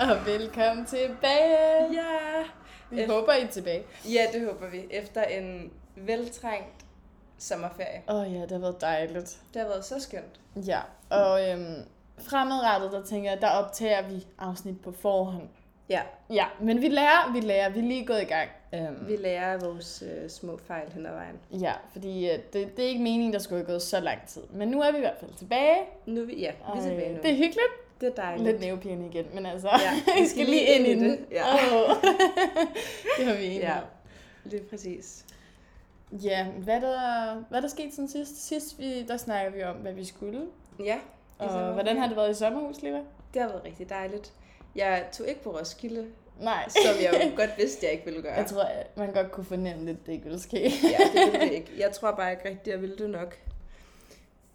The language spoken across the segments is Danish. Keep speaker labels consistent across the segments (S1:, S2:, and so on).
S1: Og velkommen tilbage.
S2: Ja.
S1: Vi
S2: Efter-
S1: håber, I er tilbage.
S2: ja, det håber vi. Efter en veltrængt sommerferie.
S1: Åh oh, ja, det har været dejligt.
S2: Det har været så skønt.
S1: Ja, og øhm, fremadrettet, der tænker jeg, der optager vi afsnit på forhånd.
S2: Ja,
S1: Ja, men vi lærer, vi lærer, vi er lige gået i gang. Øhm,
S2: vi lærer af vores øh, små fejl hen ad vejen.
S1: ja, fordi øh, det, det er ikke meningen, der skulle have gået så lang tid. Men nu er vi i hvert fald tilbage.
S2: Nu er vi, ja, vi er
S1: øh,
S2: tilbage nu.
S1: det er hyggeligt.
S2: det er dejligt.
S1: Lidt nævepirrende igen, men altså,
S2: Ja,
S1: vi skal lige ind i det.
S2: Ja.
S1: Åh. det har vi enige
S2: Ja,
S1: om.
S2: lige præcis.
S1: Ja, hvad der, hvad der skete siden sidst? Sidst vi, der snakkede vi om, hvad vi skulle.
S2: Ja. i
S1: Og
S2: sommerferien.
S1: hvordan har det været i sommerhus, Liva?
S2: Det har været rigtig dejligt. Jeg tog ikke på Roskilde,
S1: Nej,
S2: som jeg jo godt vidste, jeg ikke ville gøre.
S1: jeg tror, at man godt kunne fornemme lidt, det ikke ville ske.
S2: ja, det ville det ikke. Jeg tror bare ikke rigtigt, jeg ville det nok.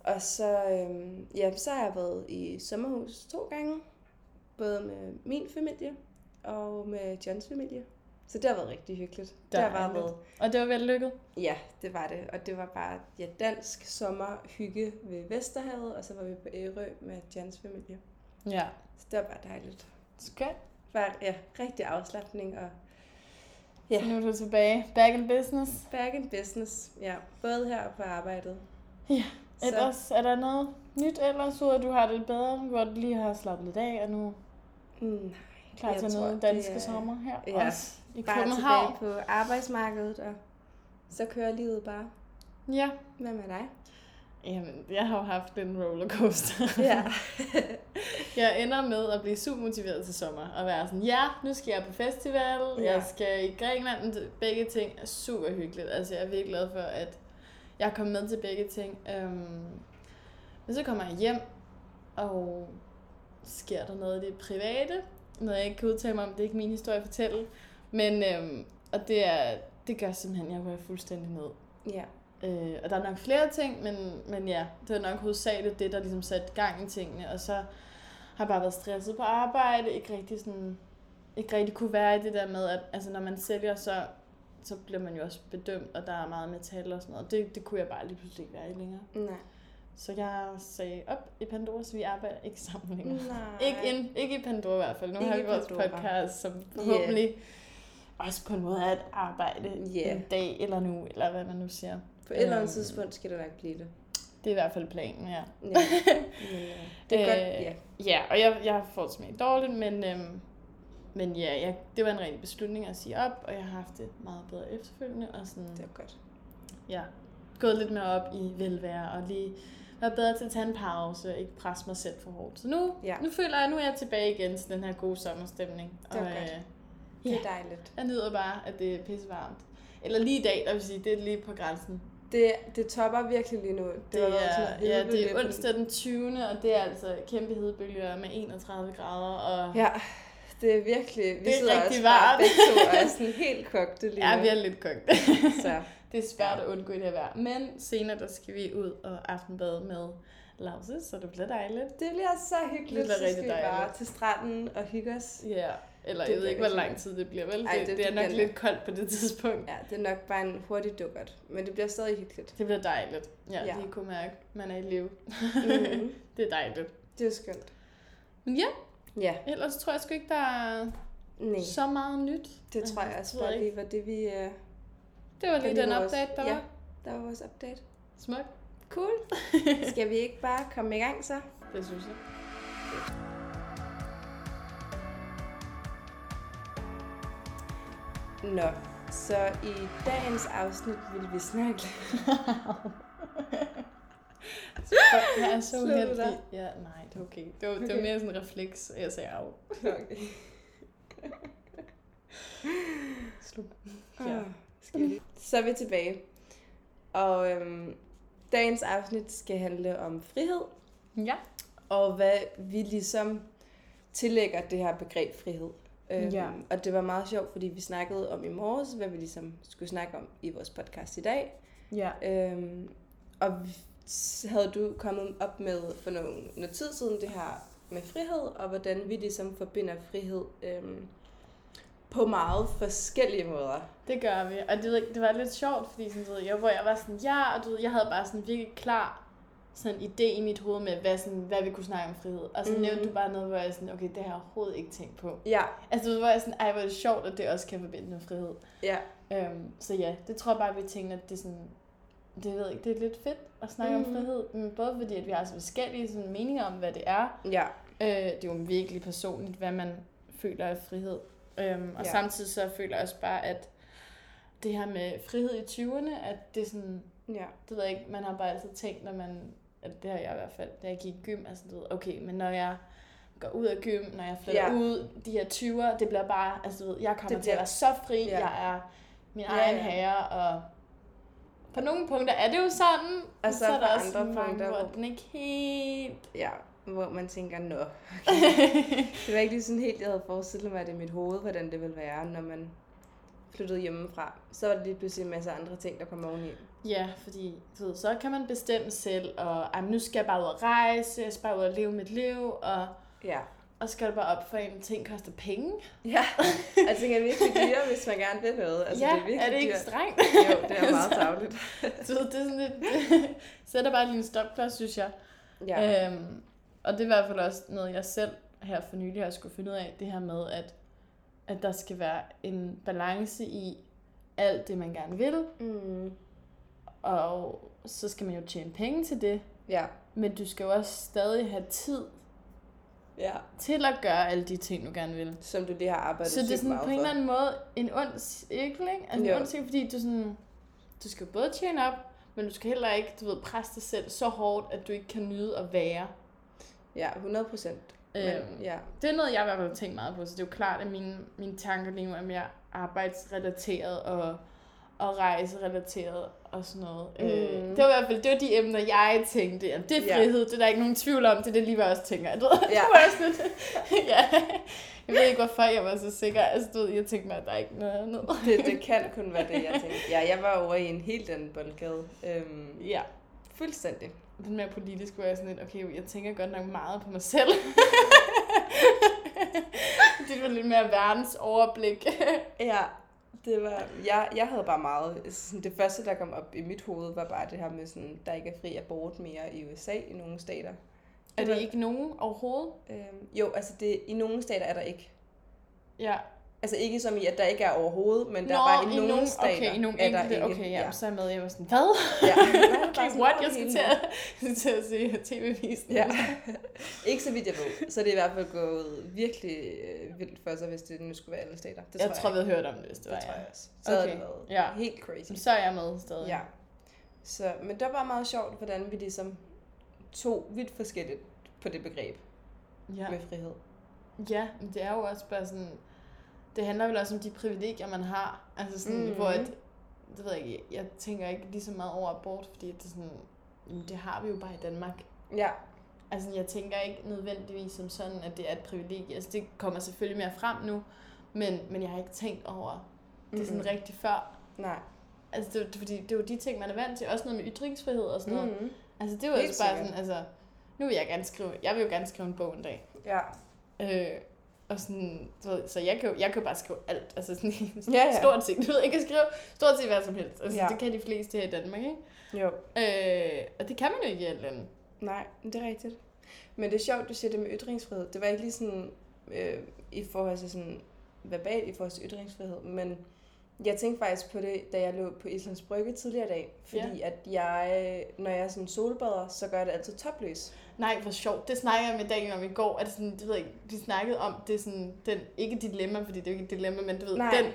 S2: Og så, øhm, ja, så har jeg været i sommerhus to gange. Både med min familie og med Johns familie. Så det har været rigtig hyggeligt. Det har bare
S1: Dejligt.
S2: været,
S1: Og det var vellykket.
S2: ja, det var det. Og det var bare ja, dansk sommerhygge ved Vesterhavet, og så var vi på Ærø med Johns familie.
S1: Ja.
S2: Så det var bare dejligt.
S1: Skønt.
S2: Bare, ja, rigtig afslappning og
S1: Ja.
S2: Ja.
S1: Så nu er du tilbage. Back in business.
S2: back in business. Ja, både her og på arbejdet.
S1: Ja,
S2: Så-
S1: Ellers, er der noget nyt ellers, ud af, at du har det bedre, hvor du lige har slappet lidt af, og nu er
S2: Mm,
S1: klar
S2: Jeg
S1: til
S2: tror,
S1: noget
S2: det
S1: danske
S2: er-
S1: sommer her
S2: ja,
S1: også i
S2: bare
S1: København.
S2: tilbage på arbejdsmarkedet, og så kører livet bare.
S1: Ja.
S2: Hvad med dig?
S1: Jamen, jeg har jo haft en rollercoaster.
S2: Ja.
S1: Jeg ender med at blive super motiveret til sommer, og være sådan, ja, nu skal jeg på festival, ja.
S2: Ja.
S1: jeg skal i Grækenland, men det- begge ting er super hyggeligt. Altså, jeg er virkelig glad for, at jeg er kommet med til begge ting. Øhm, men så kommer jeg hjem, og sker der noget i det private, noget jeg ikke kan udtale mig om, det er ikke min historie at fortælle, men, øhm, og det, er, det gør simpelthen, at jeg rører fuldstændig ned.
S2: ja.
S1: Øh, og der er nok flere ting, men, men ja, det var nok hovedsageligt det, der ligesom satte gang i tingene. Og så har jeg bare været stresset på arbejde, ikke rigtig, sådan, ikke rigtig kunne være i det der med, at altså, når man sælger, så, så bliver man jo også bedømt, og der er meget metal og sådan noget. Det, det kunne jeg bare lige pludselig ikke være i længere.
S2: Nej.
S1: Så jeg sagde op i Pandora, så vi arbejder ikke sammen længere.
S2: Nej.
S1: Ikke, ind, ikke i Pandora i hvert fald. Nu
S2: Ikke
S1: har
S2: i
S1: vi vores
S2: Pandora.
S1: podcast, som forhåbentlig også på en måde er et arbejde
S2: Ja.
S1: en dag eller nu, eller hvad man nu siger.
S2: På et eller
S1: Øhm.
S2: andet tidspunkt skal det nok blive det.
S1: Det er i hvert fald planen, ja.
S2: Ja. Men, øh, det er
S1: Øh,
S2: godt, ja.
S1: Ja, og jeg, jeg har fået det smagt dårligt, men, øhm, men ja, jeg, det var en rigtig beslutning at sige op, og jeg har haft det meget bedre efterfølgende, og sådan,
S2: Det er godt.
S1: ja, gået lidt mere op i velvære, og lige været bedre til at tage en pause, og ikke presse mig selv for hårdt. Så nu,
S2: Ja.
S1: nu føler jeg, nu er jeg tilbage igen til den her gode sommerstemning.
S2: Det var
S1: og,
S2: godt. Det
S1: ja,
S2: er dejligt.
S1: jeg nyder bare, at det er pissevarmt. Eller lige i dag, der vil sige, det er lige på grænsen.
S2: Det, det topper virkelig lige nu. Det,
S1: Det,
S2: har
S1: det
S2: været
S1: er,
S2: sådan en
S1: ja, det
S2: hedebølge
S1: er
S2: på den-
S1: onsdag den 20. og det er altså kæmpe hedebølger med 31 grader. Og
S2: Ja, det er virkelig. Vi
S1: Det er
S2: sidder
S1: rigtig
S2: også bare
S1: varmt.
S2: begge to og er sådan helt kogte lige
S1: ja,
S2: nu.
S1: vi er lidt kogt.
S2: Så
S1: Det er svært at undgå i det her vejr. Men senere der skal vi ud og aftenbade med Lause, så det bliver dejligt.
S2: det bliver så hyggeligt,
S1: bliver
S2: så
S1: rigtig
S2: skal vi bare
S1: dejligt.
S2: til stranden og hygge os.
S1: Ja, eller
S2: Det
S1: jeg ved
S2: bliver
S1: ikke, hvor
S2: rigtig
S1: lang tid det bliver, vel?
S2: Ej,
S1: det, det,
S2: det-
S1: det er
S2: det
S1: nok
S2: bliver-
S1: lidt koldt på det tidspunkt.
S2: Ja, det er nok bare en hurtig dukkert, men det bliver stadig hyggeligt.
S1: Det bliver dejligt. Ja, ja.
S2: Ja.
S1: det kunne mærke, man er i live.
S2: Mhm.
S1: det er dejligt.
S2: Det er skønt.
S1: Men ja,
S2: Ja,
S1: ellers tror jeg sgu ikke, der er
S2: nej,
S1: så meget nyt.
S2: det tror jeg også bare lige var det, vi... øh,
S1: Det var
S2: der
S1: lige den
S2: var vores-
S1: update, der
S2: ja,
S1: var.
S2: der var vores update.
S1: Smuk.
S2: Cool. Skal vi ikke bare komme i gang så?
S1: Det synes jeg.
S2: Nå, så i dagens afsnit vil vi snakke...
S1: Jeg er så
S2: Slog du
S1: uheldig.
S2: dig?
S1: Ja, nej, det er okay. Det var, det var mere sådan en refleks, at jeg sagde af.
S2: Okay.
S1: Slog. Ja.
S2: Ja. Ah, Skal vi? Så er vi tilbage. Og øhm, dagens afsnit skal handle om frihed,
S1: Ja.
S2: og hvad vi ligesom tillægger det her begreb frihed. Øhm,
S1: Ja.
S2: Og det var meget sjovt, fordi vi snakkede om i morges, hvad vi ligesom skulle snakke om i vores podcast i dag.
S1: Ja.
S2: Øhm, og vi- s- havde du kommet op med for nogle, noget tid siden det her med frihed, og hvordan vi ligesom forbinder frihed øhm, på meget forskellige måder.
S1: Det gør vi. Og det, ved jeg ikke, det var lidt sjovt, fordi sådan, du ved, jeg, hvor jeg var sådan, ja, og du ved, jeg havde bare sådan virkelig klar sådan en idé i mit hoved med, hvad, sådan, hvad vi kunne snakke om frihed. Og så mm.
S2: Mhm.
S1: nævnte du bare noget, hvor jeg sådan, okay, det har jeg overhovedet ikke tænkt på.
S2: Ja,
S1: Altså, du ved, hvor jeg sådan, ej, hvor er det sjovt, at det også kan forbinde med frihed.
S2: ja.
S1: Øhm, så ja, det tror jeg bare, vi tænker, at det er sådan, det ved jeg ikke, det er lidt fedt at snakke mm. om
S2: Mhm.
S1: frihed. Men både fordi, at vi har så forskellige sådan, meninger om, hvad det er,
S2: Ja,
S1: Øh, det er jo virkelig personligt, hvad man føler af frihed. Øhm, og ja.
S2: Ja.
S1: samtidig så føler jeg også bare, at det her med frihed i 20'erne, at det er sådan,
S2: ja.
S1: det ved jeg ikke, man har bare altid tænkt, når man, at det har jeg i hvert fald, da jeg gik i gym, altså du ved, okay, men når jeg går ud af gym, når jeg flytter ja.
S2: Ja.
S1: ud, de her 20'er, det bliver bare, altså du ved, jeg kommer
S2: Det
S1: til at
S2: bliver-
S1: være så fri, ja.
S2: Ja.
S1: jeg er min
S2: Ja,
S1: egen
S2: ja.
S1: herre, og på nogle punkter er det jo sådan,
S2: Og så
S1: er
S2: Altså, på
S1: der også
S2: andre
S1: mange,
S2: punkter,
S1: hvor
S2: hvor-
S1: den ikke helt...
S2: Ja, hvor man tænker, nå. Det var ikke lige sådan helt, jeg havde forestillet mig det i mit hoved, hvordan det ville være, når man flyttede hjemmefra. Så var det lige pludselig en masse andre ting, der kom oveni.
S1: Ja, fordi du ved, så kan man bestemme selv, og "Ej, men nu skal jeg bare ud og rejse, jeg skal bare ud og leve mit liv, og,
S2: Ja.
S1: og så skal det bare op for en, ting koster penge.
S2: Ja, jeg tænker, det er virkelig dyre, hvis man gerne vil noget. Altså,
S1: ja,
S2: det er, virkelig
S1: det ikke
S2: dyrt.
S1: strengt?
S2: Jo, det er meget
S1: Så-
S2: tavligt.
S1: du ved, det er sådan lidt, sætter bare lige en stopklods, synes jeg.
S2: Ja.
S1: Øhm, og det er i hvert fald også noget, jeg selv her for nylig har skulle finde ud af, det her med, at, at der skal være en balance i alt det, man gerne vil,
S2: Mm.
S1: og så skal man jo tjene penge til det,
S2: Ja.
S1: men du skal jo også stadig have tid
S2: Ja.
S1: til at gøre alle de ting, du gerne vil.
S2: Som du lige har arbejdet
S1: Så det er
S2: sygt
S1: sådan
S2: meget
S1: på en eller
S2: for.
S1: anden måde en ond cirkel, ikke? Altså en
S2: Jo.
S1: ond cirkel, fordi du sådan, du skal både tjene op, men du skal heller ikke, du ved, presse dig selv så hårdt, at du ikke kan nyde at være.
S2: Ja, 100 procent.
S1: Øhm,
S2: Ja.
S1: Det er noget, jeg i hvert fald har tænkt meget på, så det er jo klart, at mine, mine tanker lige nu er mere arbejdsrelateret og, og rejserelateret og sådan noget. Mm. Øh,
S2: Mm.
S1: det var i hvert fald det var de emner, jeg tænkte, at det er
S2: Ja.
S1: frihed, det er der ikke nogen tvivl om, det er det lige, hvad jeg også tænker. Du ved,
S2: Ja.
S1: det var jeg sådan lidt, ja. Jeg ved ikke, hvorfor jeg var så sikker. Altså, du ved, jeg tænkte mig, at der er ikke noget andet.
S2: Det, det kan kun være det, jeg tænkte. Ja, jeg var over i en helt anden boldgade. Øhm,
S1: Ja.
S2: fuldstændig.
S1: Lidt mere politisk var jeg sådan lidt, okay, jeg tænker godt nok meget på mig selv. det var lidt mere verdens overblik.
S2: Ja, det var... Jeg, jeg havde bare meget... altså Sådan, det første, der kom op i mit hoved, var bare det her med, sådan, der ikke er fri abort mere i USA i nogle stater.
S1: er
S2: var-
S1: det ikke nogen overhovedet?
S2: Øhm, jo, altså det, i nogle stater er der ikke.
S1: Ja.
S2: Altså ikke som i, at der ikke er overhovedet, men der
S1: Nå,
S2: er bare i, nogle
S1: nogen-
S2: stater,
S1: okay, i nogle
S2: er der
S1: enkelte,
S2: ikke.
S1: okay, ja, så er jeg med, jeg var sådan, hvad?
S2: ja.
S1: Okay, what? Jeg skal til at, til at se tv-visen.
S2: Ja. ikke så vidt jeg ved. Så det er i hvert fald gået virkelig øh, vildt for sig, hvis det nu skulle være alle stater. Det
S1: jeg tror,
S2: jeg,
S1: vi havde hørt om det, hvis det
S2: det
S1: var
S2: tror jeg også. Så
S1: Okay,
S2: okay. havde det været
S1: ja.
S2: ja. helt crazy.
S1: Så er jeg med stadig.
S2: Ja. Så, men det var bare meget sjovt, hvordan vi ligesom tog vidt forskelligt på det begreb
S1: ja.
S2: ja. med frihed.
S1: Ja, men det er jo også bare sådan, det handler vel også om de privilegier, man har. Altså sådan, mm.
S2: Mhm.
S1: hvor et, det ved jeg ikke, jeg tænker ikke lige så meget over abort, fordi det er sådan, jamen, det har vi jo bare i Danmark.
S2: Ja,
S1: Altså jeg tænker ikke nødvendigvis som sådan, at det er et privilegie. Altså det kommer selvfølgelig mere frem nu, men, men jeg har ikke tænkt over det sådan
S2: Mhm.
S1: rigtigt før.
S2: nej.
S1: Altså det, det, er fordi, det er jo de ting, man er vant til. Også noget med ytringsfrihed og sådan noget.
S2: Mm.
S1: Altså det var
S2: Helt
S1: også bare
S2: sikkert.
S1: sådan, altså, nu vil jeg gerne skrive, jeg vil jo gerne skrive en bog en dag.
S2: Ja.
S1: Øh, og sådan, du ved, så jeg kan, jo, jeg kan jo bare skrive alt, altså sådan,
S2: Ja, ja.
S1: stort set, du ved, jeg kan skrive stort set hvad som helst, altså ja.
S2: Ja.
S1: det kan de fleste her i Danmark,
S2: Jo.
S1: ikke? Øh, og det kan man jo ikke i alle lande.
S2: Nej, men det er rigtigt. Men det er sjovt, du siger det med ytringsfrihed. Det var ikke lige sådan, øh, i forhold til sådan verbalt i forhold til ytringsfrihed, men jeg tænkte faktisk på det, da jeg lå på Islands Brygge tidligere i dag, fordi ja. at jeg, når jeg er sådan solbader, så gør jeg det altid topløs.
S1: Nej, hvor sjovt, det snakkede jeg med Daniel om i går, at sådan, det ved jeg ikke, vi snakkede om, det er sådan, den, ikke dilemma, fordi det er jo ikke et dilemma, men du ved,
S2: Nej.
S1: den,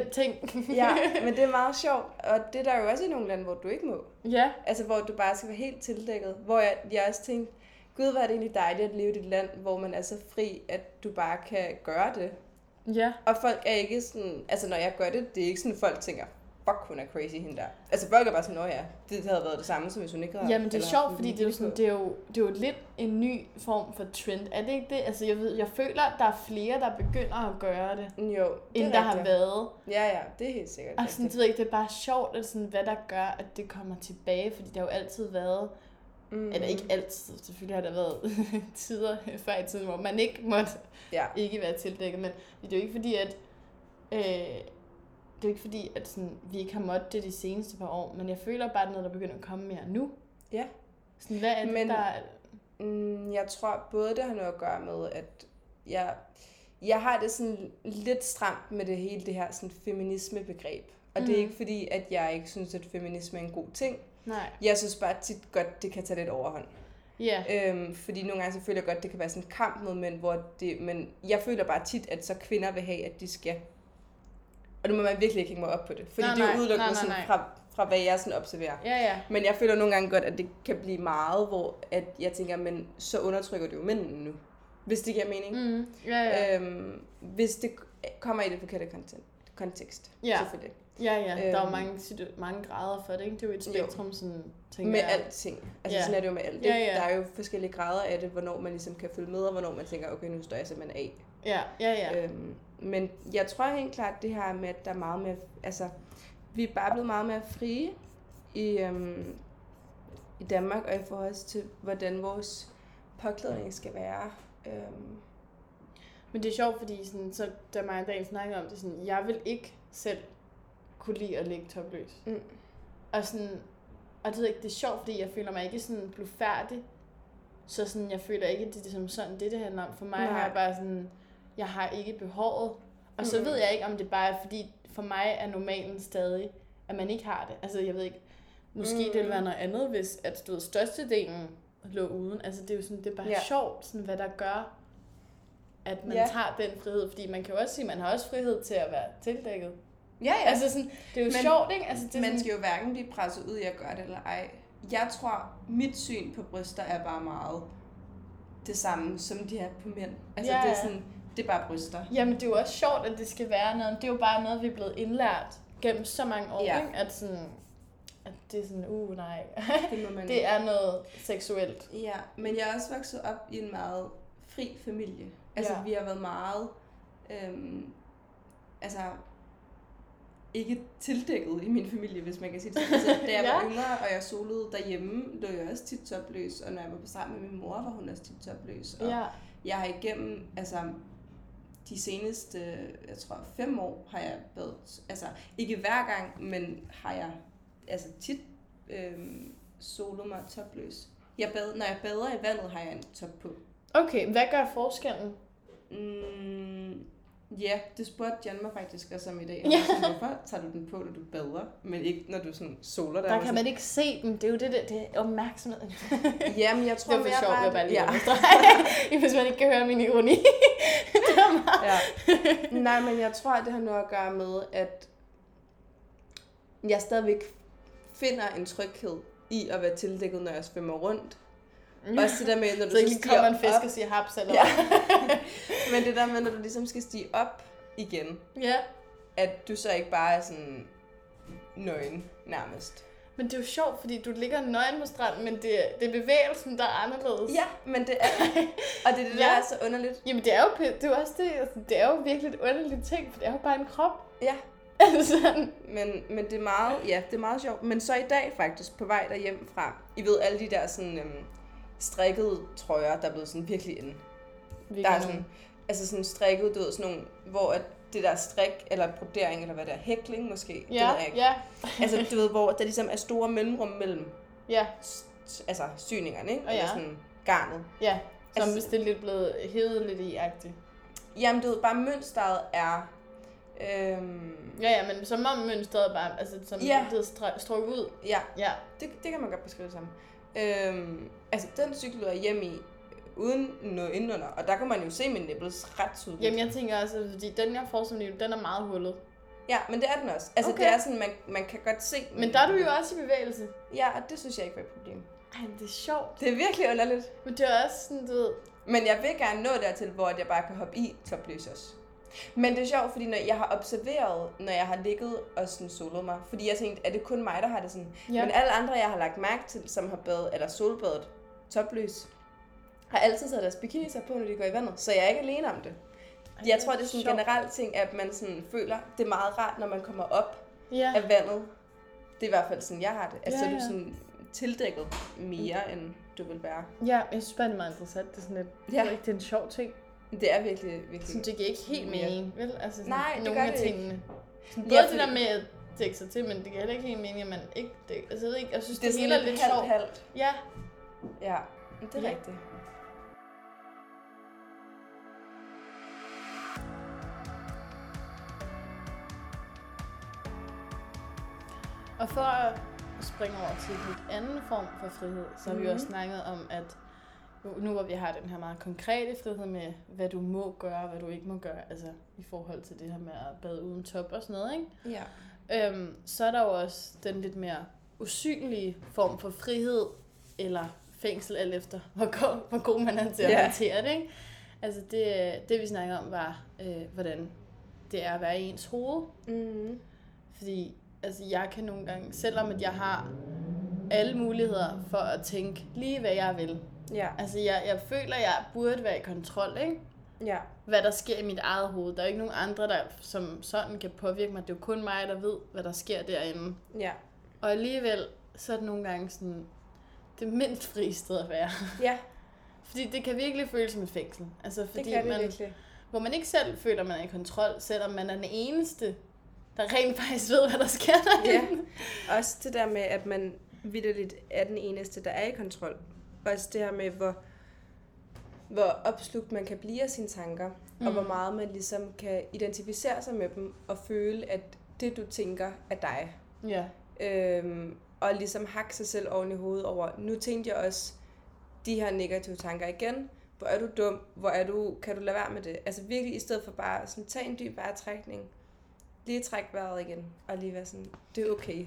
S1: den ting.
S2: Ja, men det er meget sjovt, og det er der jo også i nogle lande, hvor du ikke må.
S1: ja,
S2: Altså, hvor du bare skal være helt tildækket. Hvor jeg, jeg også tænkte, gud, hvor er det egentlig dejligt at leve i et land, hvor man er så fri, at du bare kan gøre det.
S1: ja,
S2: Og folk er ikke sådan... Altså, når jeg gør det, det er ikke sådan, folk tænker, fuck, hun er crazy, hende der. Altså, folk er bare sådan, nå ja, det havde været det samme, som hvis hun ikke havde...
S1: Jamen det er
S2: eller
S1: sjovt,
S2: haft
S1: fordi
S2: en
S1: det er, jo
S2: lille
S1: sådan,
S2: på.
S1: det, er jo, det er jo lidt en ny form for trend. Er det ikke det? Altså jeg, ved, jeg føler, at der er flere, der begynder at gøre det,
S2: Jo, det er
S1: end der har
S2: rigtigt.
S1: været.
S2: Ja, ja, det er helt sikkert.
S1: Og sådan,
S2: rigtigt.
S1: du ved ikke, det er bare sjovt, at sådan, hvad der gør, at det kommer tilbage, fordi det har jo altid været, mm.
S2: Mm.
S1: eller ikke altid, selvfølgelig har der været tider før i tiden, hvor man ikke måtte
S2: Ja.
S1: ikke være tildækket, men det er jo ikke fordi, at, øh, det er jo ikke fordi, at sådan, vi ikke har måttet det de seneste par år, men jeg føler bare, at det er noget, der begynder at komme mere nu.
S2: Ja.
S1: Sådan, hvad er det,
S2: Men-
S1: Men... der er...
S2: Mm, jeg tror både, det har noget at gøre med, at jeg, jeg har det sådan lidt stramt med det hele det her sådan feminismebegreb. Og mm. det er
S1: Mhm.
S2: ikke fordi, at jeg ikke synes, at feminisme er en god ting.
S1: Nej.
S2: Jeg synes bare tit godt, det kan tage lidt overhånd.
S1: Ja.
S2: Øhm, fordi nogle gange så føler jeg godt, det kan være sådan en kamp mod mænd, hvor det, men jeg føler bare tit, at så kvinder vil have, at de skal. Og nu må man virkelig ikke hænge mig op på det, fordi
S1: Nej,
S2: det er
S1: nej.
S2: jo udelukkende
S1: Nej, nej,
S2: sådan
S1: nej.
S2: fra, fra, hvad jeg sådan observerer.
S1: Ja, ja.
S2: Men jeg føler nogle gange godt, at det kan blive meget, hvor at jeg tænker, men så undertrykker du jo mændene nu, hvis det giver mening. Mm.
S1: Mm. Ja, ja.
S2: Øhm, hvis det kommer i det forkerte konten- kontekst,
S1: Ja.
S2: selvfølgelig.
S1: Ja, ja, der er jo
S2: Øhm.
S1: mange, situ- mange grader for det, ikke? Det er jo et
S2: Jo.
S1: spektrum, sådan, tænker
S2: Med
S1: jeg.
S2: alting. Altså
S1: Ja.
S2: sådan er det jo med alt.
S1: Ja,
S2: ikke?
S1: ja.
S2: Der er jo forskellige grader af det, hvornår man ligesom kan følge med, og hvornår man tænker, okay, nu står jeg simpelthen af.
S1: Ja, ja, ja.
S2: Øhm, men jeg tror helt klart det her med, at der er meget mere, altså, vi er bare blevet meget mere frie i, øhm, i Danmark, og i forhold til, hvordan vores påklædning skal være. Øhm,
S1: Men det er sjovt, fordi sådan, så, da mig og Daniel snakkede om det, sådan, jeg vil ikke selv kunne lide at ligge topløs.
S2: Mm.
S1: Og, sådan, og det, ved jeg ikke, det er sjovt, fordi jeg føler mig ikke sådan blufærdig. Så sådan, jeg føler ikke, at det er som sådan, det det handler om. For mig
S2: Nej.
S1: har jeg bare sådan, jeg har ikke behovet. Og så
S2: Mm.
S1: ved jeg ikke, om det bare er, fordi for mig er normalen stadig, at man ikke har det. Altså, jeg ved ikke, måske mm. det ville være noget andet, hvis at, du ved, størstedelen lå uden. Altså, det er jo sådan, det er bare
S2: Ja.
S1: ja. sjovt, sådan, hvad der gør, at man
S2: Ja.
S1: ja. tager den frihed. Fordi man kan jo også sige, at man har også frihed til at være tildækket.
S2: ja,
S1: Ja. Altså, sådan, det er jo
S2: Men-
S1: men, sjovt, ikke? Altså, det er
S2: man
S1: sådan,
S2: skal jo hverken blive presset ud i at gøre det eller ej. Jeg tror, mit syn på bryster er bare meget det samme, som de er på mænd. Altså,
S1: Ja,
S2: det er
S1: ja.
S2: sådan, det er bare bryster.
S1: jamen, det er jo også sjovt, at det skal være noget. Det er jo bare noget, vi er blevet indlært gennem så mange år,
S2: Ja.
S1: ja. ikke? At, sådan, at det er sådan, uh, nej.
S2: Det må man
S1: det er noget seksuelt.
S2: Ja, men jeg er også vokset op i en meget fri familie. Altså, ja.
S1: Ja.
S2: vi har været meget, øhm, altså, ikke tildækket i min familie, hvis man kan sige det sådan. Altså, da jeg var
S1: Ja.
S2: yngre, og jeg solede derhjemme, lå jeg også tit topløs, og når jeg var på sammen med min mor, var hun også tit topløs. Og
S1: Ja.
S2: jeg har igennem, altså, de seneste, jeg tror, fem år har jeg været, altså, ikke hver gang, men har jeg, altså, tit øhm, solet mig topløs. Jeg bad, når jeg bader i vandet, har jeg en top på.
S1: Okay, hvad gør forskellen?
S2: Mm, ja, det spurgte Jan mig faktisk også om i dag.
S1: Ja.
S2: Ja. Sådan, hvorfor tager du den på, når du bader, men ikke når du sådan soler dig?
S1: Der
S2: Og
S1: kan man ikke se dem. Det er jo det, der, det er opmærksomheden.
S2: sådan- Jamen, jeg tror
S1: Det var for
S2: mere
S1: sjovt,
S2: bare,
S1: vil jeg bare lige
S2: ja.
S1: understrege. Hvis man ikke kan høre min ironi. det var meget.
S2: ja. Nej, men jeg tror, at det har noget at gøre med, at jeg stadigvæk finder en tryghed i at være tildækket, når jeg svømmer rundt. Også det der med, når
S1: Så
S2: du så
S1: ikke lige
S2: stiger
S1: kommer en fisk og
S2: op.
S1: siger haps eller
S2: Ja.
S1: hvad?
S2: Men det der med, når du ligesom skal stige op igen,
S1: ja.
S2: at du så ikke bare er sådan nøgen nærmest.
S1: Men det er jo sjovt, fordi du ligger nøgen på stranden, men det, er- det er bevægelsen, der er anderledes.
S2: Ja, men det er Og det er det, der
S1: Ja.
S2: er så underligt.
S1: Jamen det er jo, pi- det er jo også det, altså, det er jo virkelig et underligt ting, for det er jo bare en krop.
S2: Ja,
S1: Altså sådan.
S2: men, men det er meget, ja, det er meget sjovt. Men så i dag faktisk, på vej derhjem fra, I ved, alle de der sådan øhm, strikkede trøjer, der er blevet sådan virkelig inde. Der er sådan, altså sådan strikket, du ved, sådan nogle, hvor at det der strik, eller brodering, eller hvad det er, hækling måske, det
S1: Ja,
S2: ved jeg ikke.
S1: ja,
S2: Altså, du ved, hvor der ligesom er store mellemrum mellem
S1: ja,
S2: s- altså syningerne, ikke?
S1: Og
S2: Eller
S1: ja.
S2: sådan garnet.
S1: ja. Som
S2: Altså-
S1: hvis det er lidt blevet hævet lidt i -agtigt.
S2: Jamen, du ved, bare mønstret er... Øhm,
S1: Ja, ja, men som om mønstret bare, altså som
S2: Ja.
S1: ja. det er stra- strukket ud.
S2: ja,
S1: Ja,
S2: det, det kan man godt beskrive sammen. Øhm, altså, den cyklede jeg hjem i, øh, uden noget indenunder, og der kunne man jo se mine nipples ret tydeligt.
S1: Jamen, jeg tænker også, at fordi den, jeg får som liv, den er meget hullet.
S2: Ja, men det er den også. Altså, okay.
S1: Okay.
S2: det er sådan, man, man kan godt se.
S1: Men der er du jo også i bevægelse.
S2: Ja, og det synes jeg ikke var et problem.
S1: Ej, men det er sjovt.
S2: Det er virkelig underligt.
S1: Men det er også sådan, du ved...
S2: Men jeg vil gerne nå dertil, hvor jeg bare kan hoppe i topløs også. Men det er sjovt, fordi når jeg har observeret, når jeg har ligget og sådan solet mig, fordi jeg tænkte, er det kun mig, der har det sådan? Ja.
S1: Ja.
S2: Men alle andre, jeg har lagt mærke til, som har badet, eller solbadet topløs, har altid taget deres bikiniser på, når de går i vandet, så jeg er ikke alene om det. Jeg tror, det er sådan en generel ting, at man sådan føler, det er meget rart, når man kommer op
S1: Ja.
S2: af vandet. Det er i hvert fald sådan, jeg har det. Altså,
S1: Ja,
S2: ja, ja. du
S1: ja.
S2: sådan tildækket mere, end du vil være.
S1: ja, jeg synes bare, det er meget interessant. Det er sådan lidt...
S2: Ja.
S1: Ja. Det er, ikke, det er en sjov ting.
S2: Det er virkelig, virkelig...
S1: Sådan, det giver ikke helt
S2: Ja.
S1: mening, vel? Altså, sådan,
S2: Nej, det
S1: nogle
S2: gør
S1: af
S2: det ikke.
S1: tingene. Sådan,
S2: Ja,
S1: både det
S2: fordi-
S1: der med at dække sig til, men det giver heller ikke helt mening, at man ikke dækker. Altså, jeg ved ikke, jeg synes,
S2: det er
S1: det,
S2: sådan
S1: hele er
S2: lidt
S1: lidt sjovt.
S2: halvt-halvt.
S1: Ja,
S2: Ja, det er
S1: Ja.
S2: ja. rigtigt.
S1: Og for at springe over til en lidt anden form for frihed, så har mm. vi
S2: Mhm.
S1: også snakket om, at nu- nu hvor vi har den her meget konkrete frihed med, hvad du må gøre og hvad du ikke må gøre, altså i forhold til det her med at bade uden top og sådan noget, ikke?
S2: Ja.
S1: Øhm, så er der jo også den lidt mere usynlige form for frihed, eller fængsel, alt efter hvor god, hvor god man er til at
S2: Ja.
S1: håndtere det. Ikke? Altså det, det vi snakkede om var, øh, hvordan det er at være i ens hoved.
S2: Mm.
S1: Fordi altså, jeg kan nogle gange, selvom at jeg har alle muligheder for at tænke lige hvad jeg vil.
S2: Ja.
S1: Altså jeg, jeg føler, jeg burde være i kontrol, ikke?
S2: Ja.
S1: hvad der sker i mit eget hoved. Der er ikke nogen andre, der som sådan kan påvirke mig. Det er jo kun mig, der ved, hvad der sker derinde.
S2: Ja.
S1: Og alligevel, så er det nogle gange sådan, det mindst frie sted at være.
S2: Ja,
S1: Fordi det kan virkelig føles som et fængsel. Altså
S2: det
S1: fordi
S2: kan det
S1: man,
S2: virkelig.
S1: hvor man ikke selv føler, man er i kontrol, selvom man er den eneste, der rent faktisk ved, hvad der sker derinde.
S2: Også det der med, at man vidderligt er den eneste, der er i kontrol. Også det her med, hvor, hvor opslugt man kan blive af sine tanker, mm. og hvor meget man ligesom kan identificere sig med dem, og føle, at det, du tænker, er dig.
S1: Ja.
S2: Øhm, og ligesom hakke sig selv oven i hovedet over, nu tænkte jeg også de her negative tanker igen. Hvor er du dum? Hvor er du, kan du lade være med det? Altså virkelig i stedet for bare sådan, tage en dyb vejrtrækning, lige træk vejret igen, og lige være sådan, det er okay.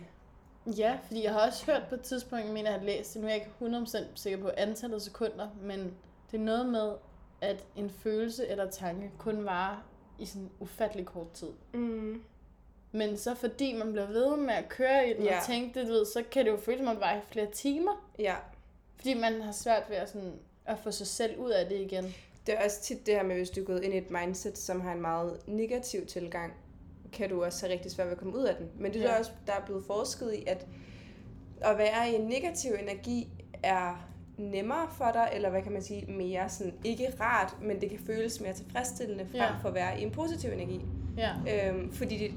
S1: Ja, fordi jeg har også hørt på et tidspunkt, jeg mener, jeg har læst det, nu er jeg ikke 100% sikker på antallet af sekunder, men det er noget med, at en følelse eller tanke kun varer i sådan ufattelig kort tid.
S2: Mm.
S1: Men så fordi man bliver ved med at køre i den ja.
S2: Ja.
S1: og tænke det, du ved, så kan det jo føles, som om det var i flere timer.
S2: Ja,
S1: Fordi man har svært ved at, sådan, at få sig selv ud af det igen.
S2: det er også tit det her med, hvis du er gået ind i et mindset, som har en meget negativ tilgang, kan du også have rigtig svært ved at komme ud af den. Men det er
S1: Ja.
S2: der også, der er blevet forsket i, at at være i en negativ energi er nemmere for dig, eller hvad kan man sige, mere sådan, ikke rart, men det kan føles mere tilfredsstillende frem
S1: Ja.
S2: for at være i en positiv energi.
S1: Ja,
S2: Øhm, fordi det,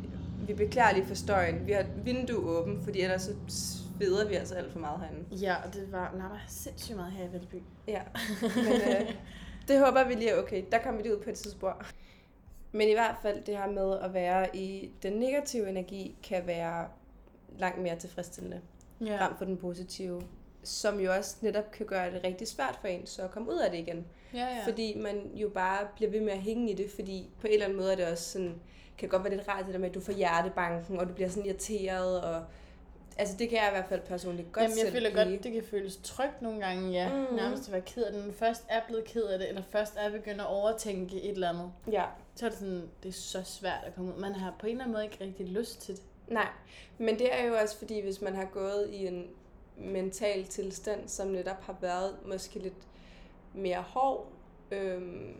S2: vi beklager lige for støjen. Vi har et vindue åbent, fordi ellers så sveder vi altså alt for meget herinde.
S1: ja og det var nej, der er sindssygt meget her i Valby.
S2: Ja, men øh, det håber vi lige er okay. Der kom vi lige ud på et tidsspor. Men i hvert fald det her med at være i den negative energi, kan være langt mere tilfredsstillende ja.
S1: Ja.
S2: frem for den positive. Som jo også netop kan gøre det rigtig svært for en, så at komme ud af det igen.
S1: Ja,
S2: Ja.
S1: ja.
S2: Fordi man jo bare bliver ved med at hænge i det, fordi på en eller anden måde er det også sådan, kan godt være lidt rart det der med, at du får hjertebanken, og du bliver sådan irriteret, og altså det kan jeg i hvert fald personligt godt
S1: Jamen, jeg
S2: selv
S1: føler
S2: blive.
S1: godt, det kan føles trygt nogle gange, ja. Mm.
S2: Mhm.
S1: Nærmest at være ked af det. Når man først er blevet ked af det, eller først er begyndt at overtænke et eller andet,
S2: Ja.
S1: så er det sådan, det er så svært at komme ud. Man har på en eller anden måde ikke rigtig lyst til det.
S2: Nej, men det er jo også fordi, hvis man har gået i en mental tilstand, som netop har været måske lidt mere hård, øhm,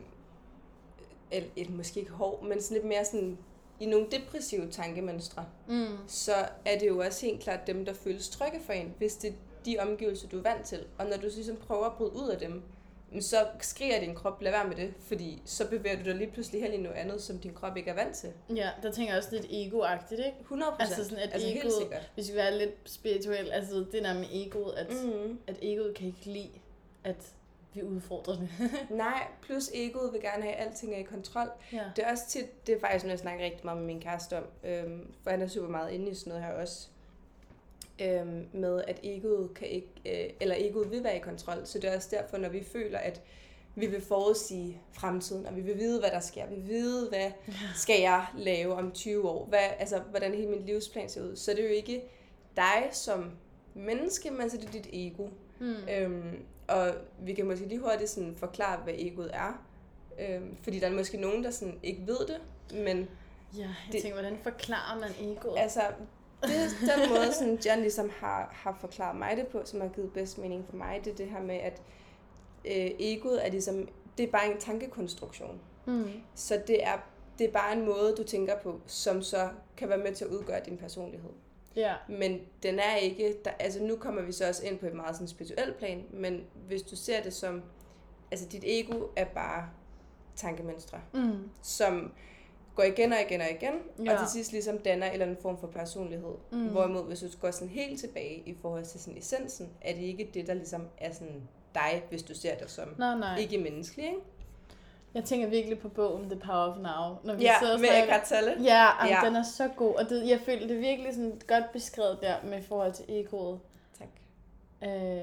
S2: eller et, måske ikke hård, men sådan lidt mere sådan i nogle depressive tankemønstre,
S1: Mm.
S2: så er det jo også helt klart dem, der føles trygge for en, hvis det er de omgivelser, du er vant til. Og når du så ligesom prøver at bryde ud af dem, så skriger din krop, lad være med det, fordi så bevæger du dig lige pludselig hen i noget andet, som din krop ikke er vant til.
S1: Ja, der tænker jeg også lidt egoagtigt, ikke?
S2: 100
S1: Altså sådan, at
S2: altså helt
S1: egoet-
S2: sikkert.
S1: Hvis vi skal være lidt spirituelle, altså det der med egoet, at, mm.
S2: Mm.
S1: at egoet kan ikke lide, at vi udfordrer det.
S2: Nej, plus egoet vil gerne have, at alting er i kontrol.
S1: ja.
S2: Det er også tit, det er faktisk noget, jeg snakker rigtig meget med min kæreste om, øhm, for han er super meget inde i sådan noget her også, øhm, med at egoet kan ikke, øh, eller egoet vil være i kontrol, så det er også derfor, når vi føler, at vi vil forudsige fremtiden, og vi vil vide, hvad der sker, vi vil vide, hvad skal jeg lave om 20 år, hvad, altså, hvordan hele min livsplan ser ud, så det er jo ikke dig som menneske, men så er det dit ego,
S1: Mm.
S2: Øhm, og vi kan måske lige hurtigt sådan forklare, hvad egoet er. Øhm, fordi der er måske nogen, der sådan ikke ved det, men
S1: ja, jeg det...
S2: det-
S1: tænker, hvordan forklarer man egoet?
S2: altså, det er den måde, sådan, John ligesom har, har forklaret mig det på, som har givet bedst mening for mig, det er det her med, at øh, egoet er ligesom, det er bare en tankekonstruktion.
S1: Mm.
S2: Så det er, det er bare en måde, du tænker på, som så kan være med til at udgøre din personlighed.
S1: Ja.
S2: Men den er ikke, der, altså nu kommer vi så også ind på et meget sådan spirituelt plan, men hvis du ser det som, altså dit ego er bare tankemønstre,
S1: Mm.
S2: som går igen og igen og igen, ja.
S1: Ja.
S2: og til sidst ligesom danner en eller anden form for personlighed.
S1: Mm.
S2: Mm. Hvorimod, hvis du går sådan helt tilbage i forhold til sådan essensen, er det ikke det, der ligesom er sådan dig, hvis du ser dig som
S1: Nej, nej.
S2: ikke menneskelig, ikke?
S1: Jeg tænker virkelig på bogen The Power of Now. Når vi
S2: Ja,
S1: sidder og
S2: med
S1: snakker-
S2: Eckhart Tolle.
S1: Ja, jamen,
S2: Ja.
S1: den er så god. Og det, jeg føler, det er virkelig sådan godt beskrevet der med forhold til egoet.
S2: Tak.
S1: Øh,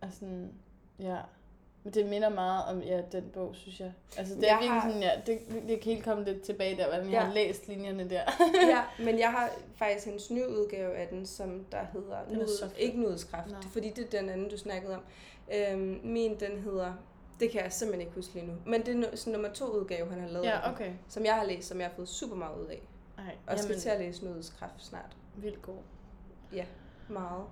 S1: og sådan, ja. Men det minder meget om ja, den bog, synes jeg. Altså, det er
S2: Jeg
S1: virkelig
S2: har-
S1: sådan, ja, det, det kan helt komme lidt tilbage der, hvordan jeg
S2: Ja.
S1: har læst linjerne der.
S2: ja, men jeg har faktisk hendes nye udgave af den, som der hedder
S1: Den er
S2: Nudes-
S1: så fed.
S2: ikke Nudeskraft,
S1: Nå.
S2: no. fordi det er den anden, du snakkede om. Øhm, min, den hedder, det kan jeg simpelthen ikke huske lige nu, men det er nu- sådan nummer to udgave, han har lavet, af
S1: ja,
S2: den,
S1: okay.
S2: som jeg har læst, som jeg har fået super meget ud af.
S1: Ej,
S2: Og skal
S1: jamen,
S2: til at læse Nudeskraft snart.
S1: vildt god.
S2: Meget.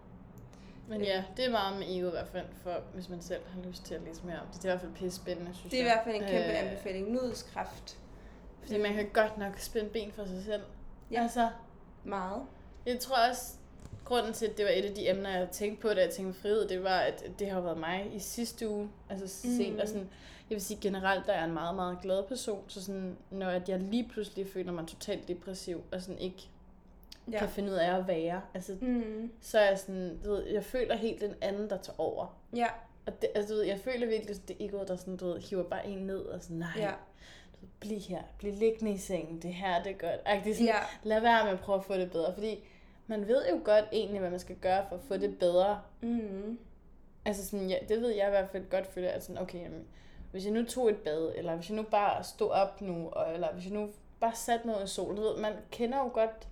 S1: Men
S2: Øh.
S1: ja, det er meget med ego i hvert fald, for hvis man selv har lyst til at læse mere om det. Det er i hvert fald pisse spændende, synes
S2: Det er i
S1: jeg.
S2: hvert fald en kæmpe
S1: Øh.
S2: øh... anbefaling. Nudeskraft.
S1: Fordi man kan godt nok spænde ben for sig selv.
S2: Ja.
S1: Altså,
S2: Meget.
S1: Jeg tror også, grunden til, at det var et af de emner, jeg tænkte på, da jeg tænkte frihed, det var, at det har jo været mig i sidste uge. Altså sent, mm.
S2: Mm.
S1: og sådan, jeg vil sige generelt, der er jeg en meget, meget glad person. Så sådan, når at jeg lige pludselig føler mig totalt depressiv, og sådan ikke ja. kan finde ud af at være, altså,
S2: Mm.
S1: så er jeg sådan, du ved, jeg føler helt den anden, der tager over.
S2: Ja,
S1: Og det, altså, du ved, jeg føler virkelig, sådan, det er egoet, der sådan, du ved, hiver bare en ned, og sådan, nej,
S2: ja,
S1: ja. bliv her, bliv liggende i sengen, det her, det er godt. Agtigt, sådan,
S2: ja.
S1: lad være med at prøve at få det bedre, fordi man ved jo godt egentlig, hvad man skal gøre for at få det bedre.
S2: Mm.
S1: Altså sådan, ja, det ved jeg i hvert fald godt, føler at sådan, okay, jamen, hvis jeg nu tog et bad, eller hvis jeg nu bare stod op nu, og, eller hvis jeg nu bare satte noget i solen, du ved, man kender jo godt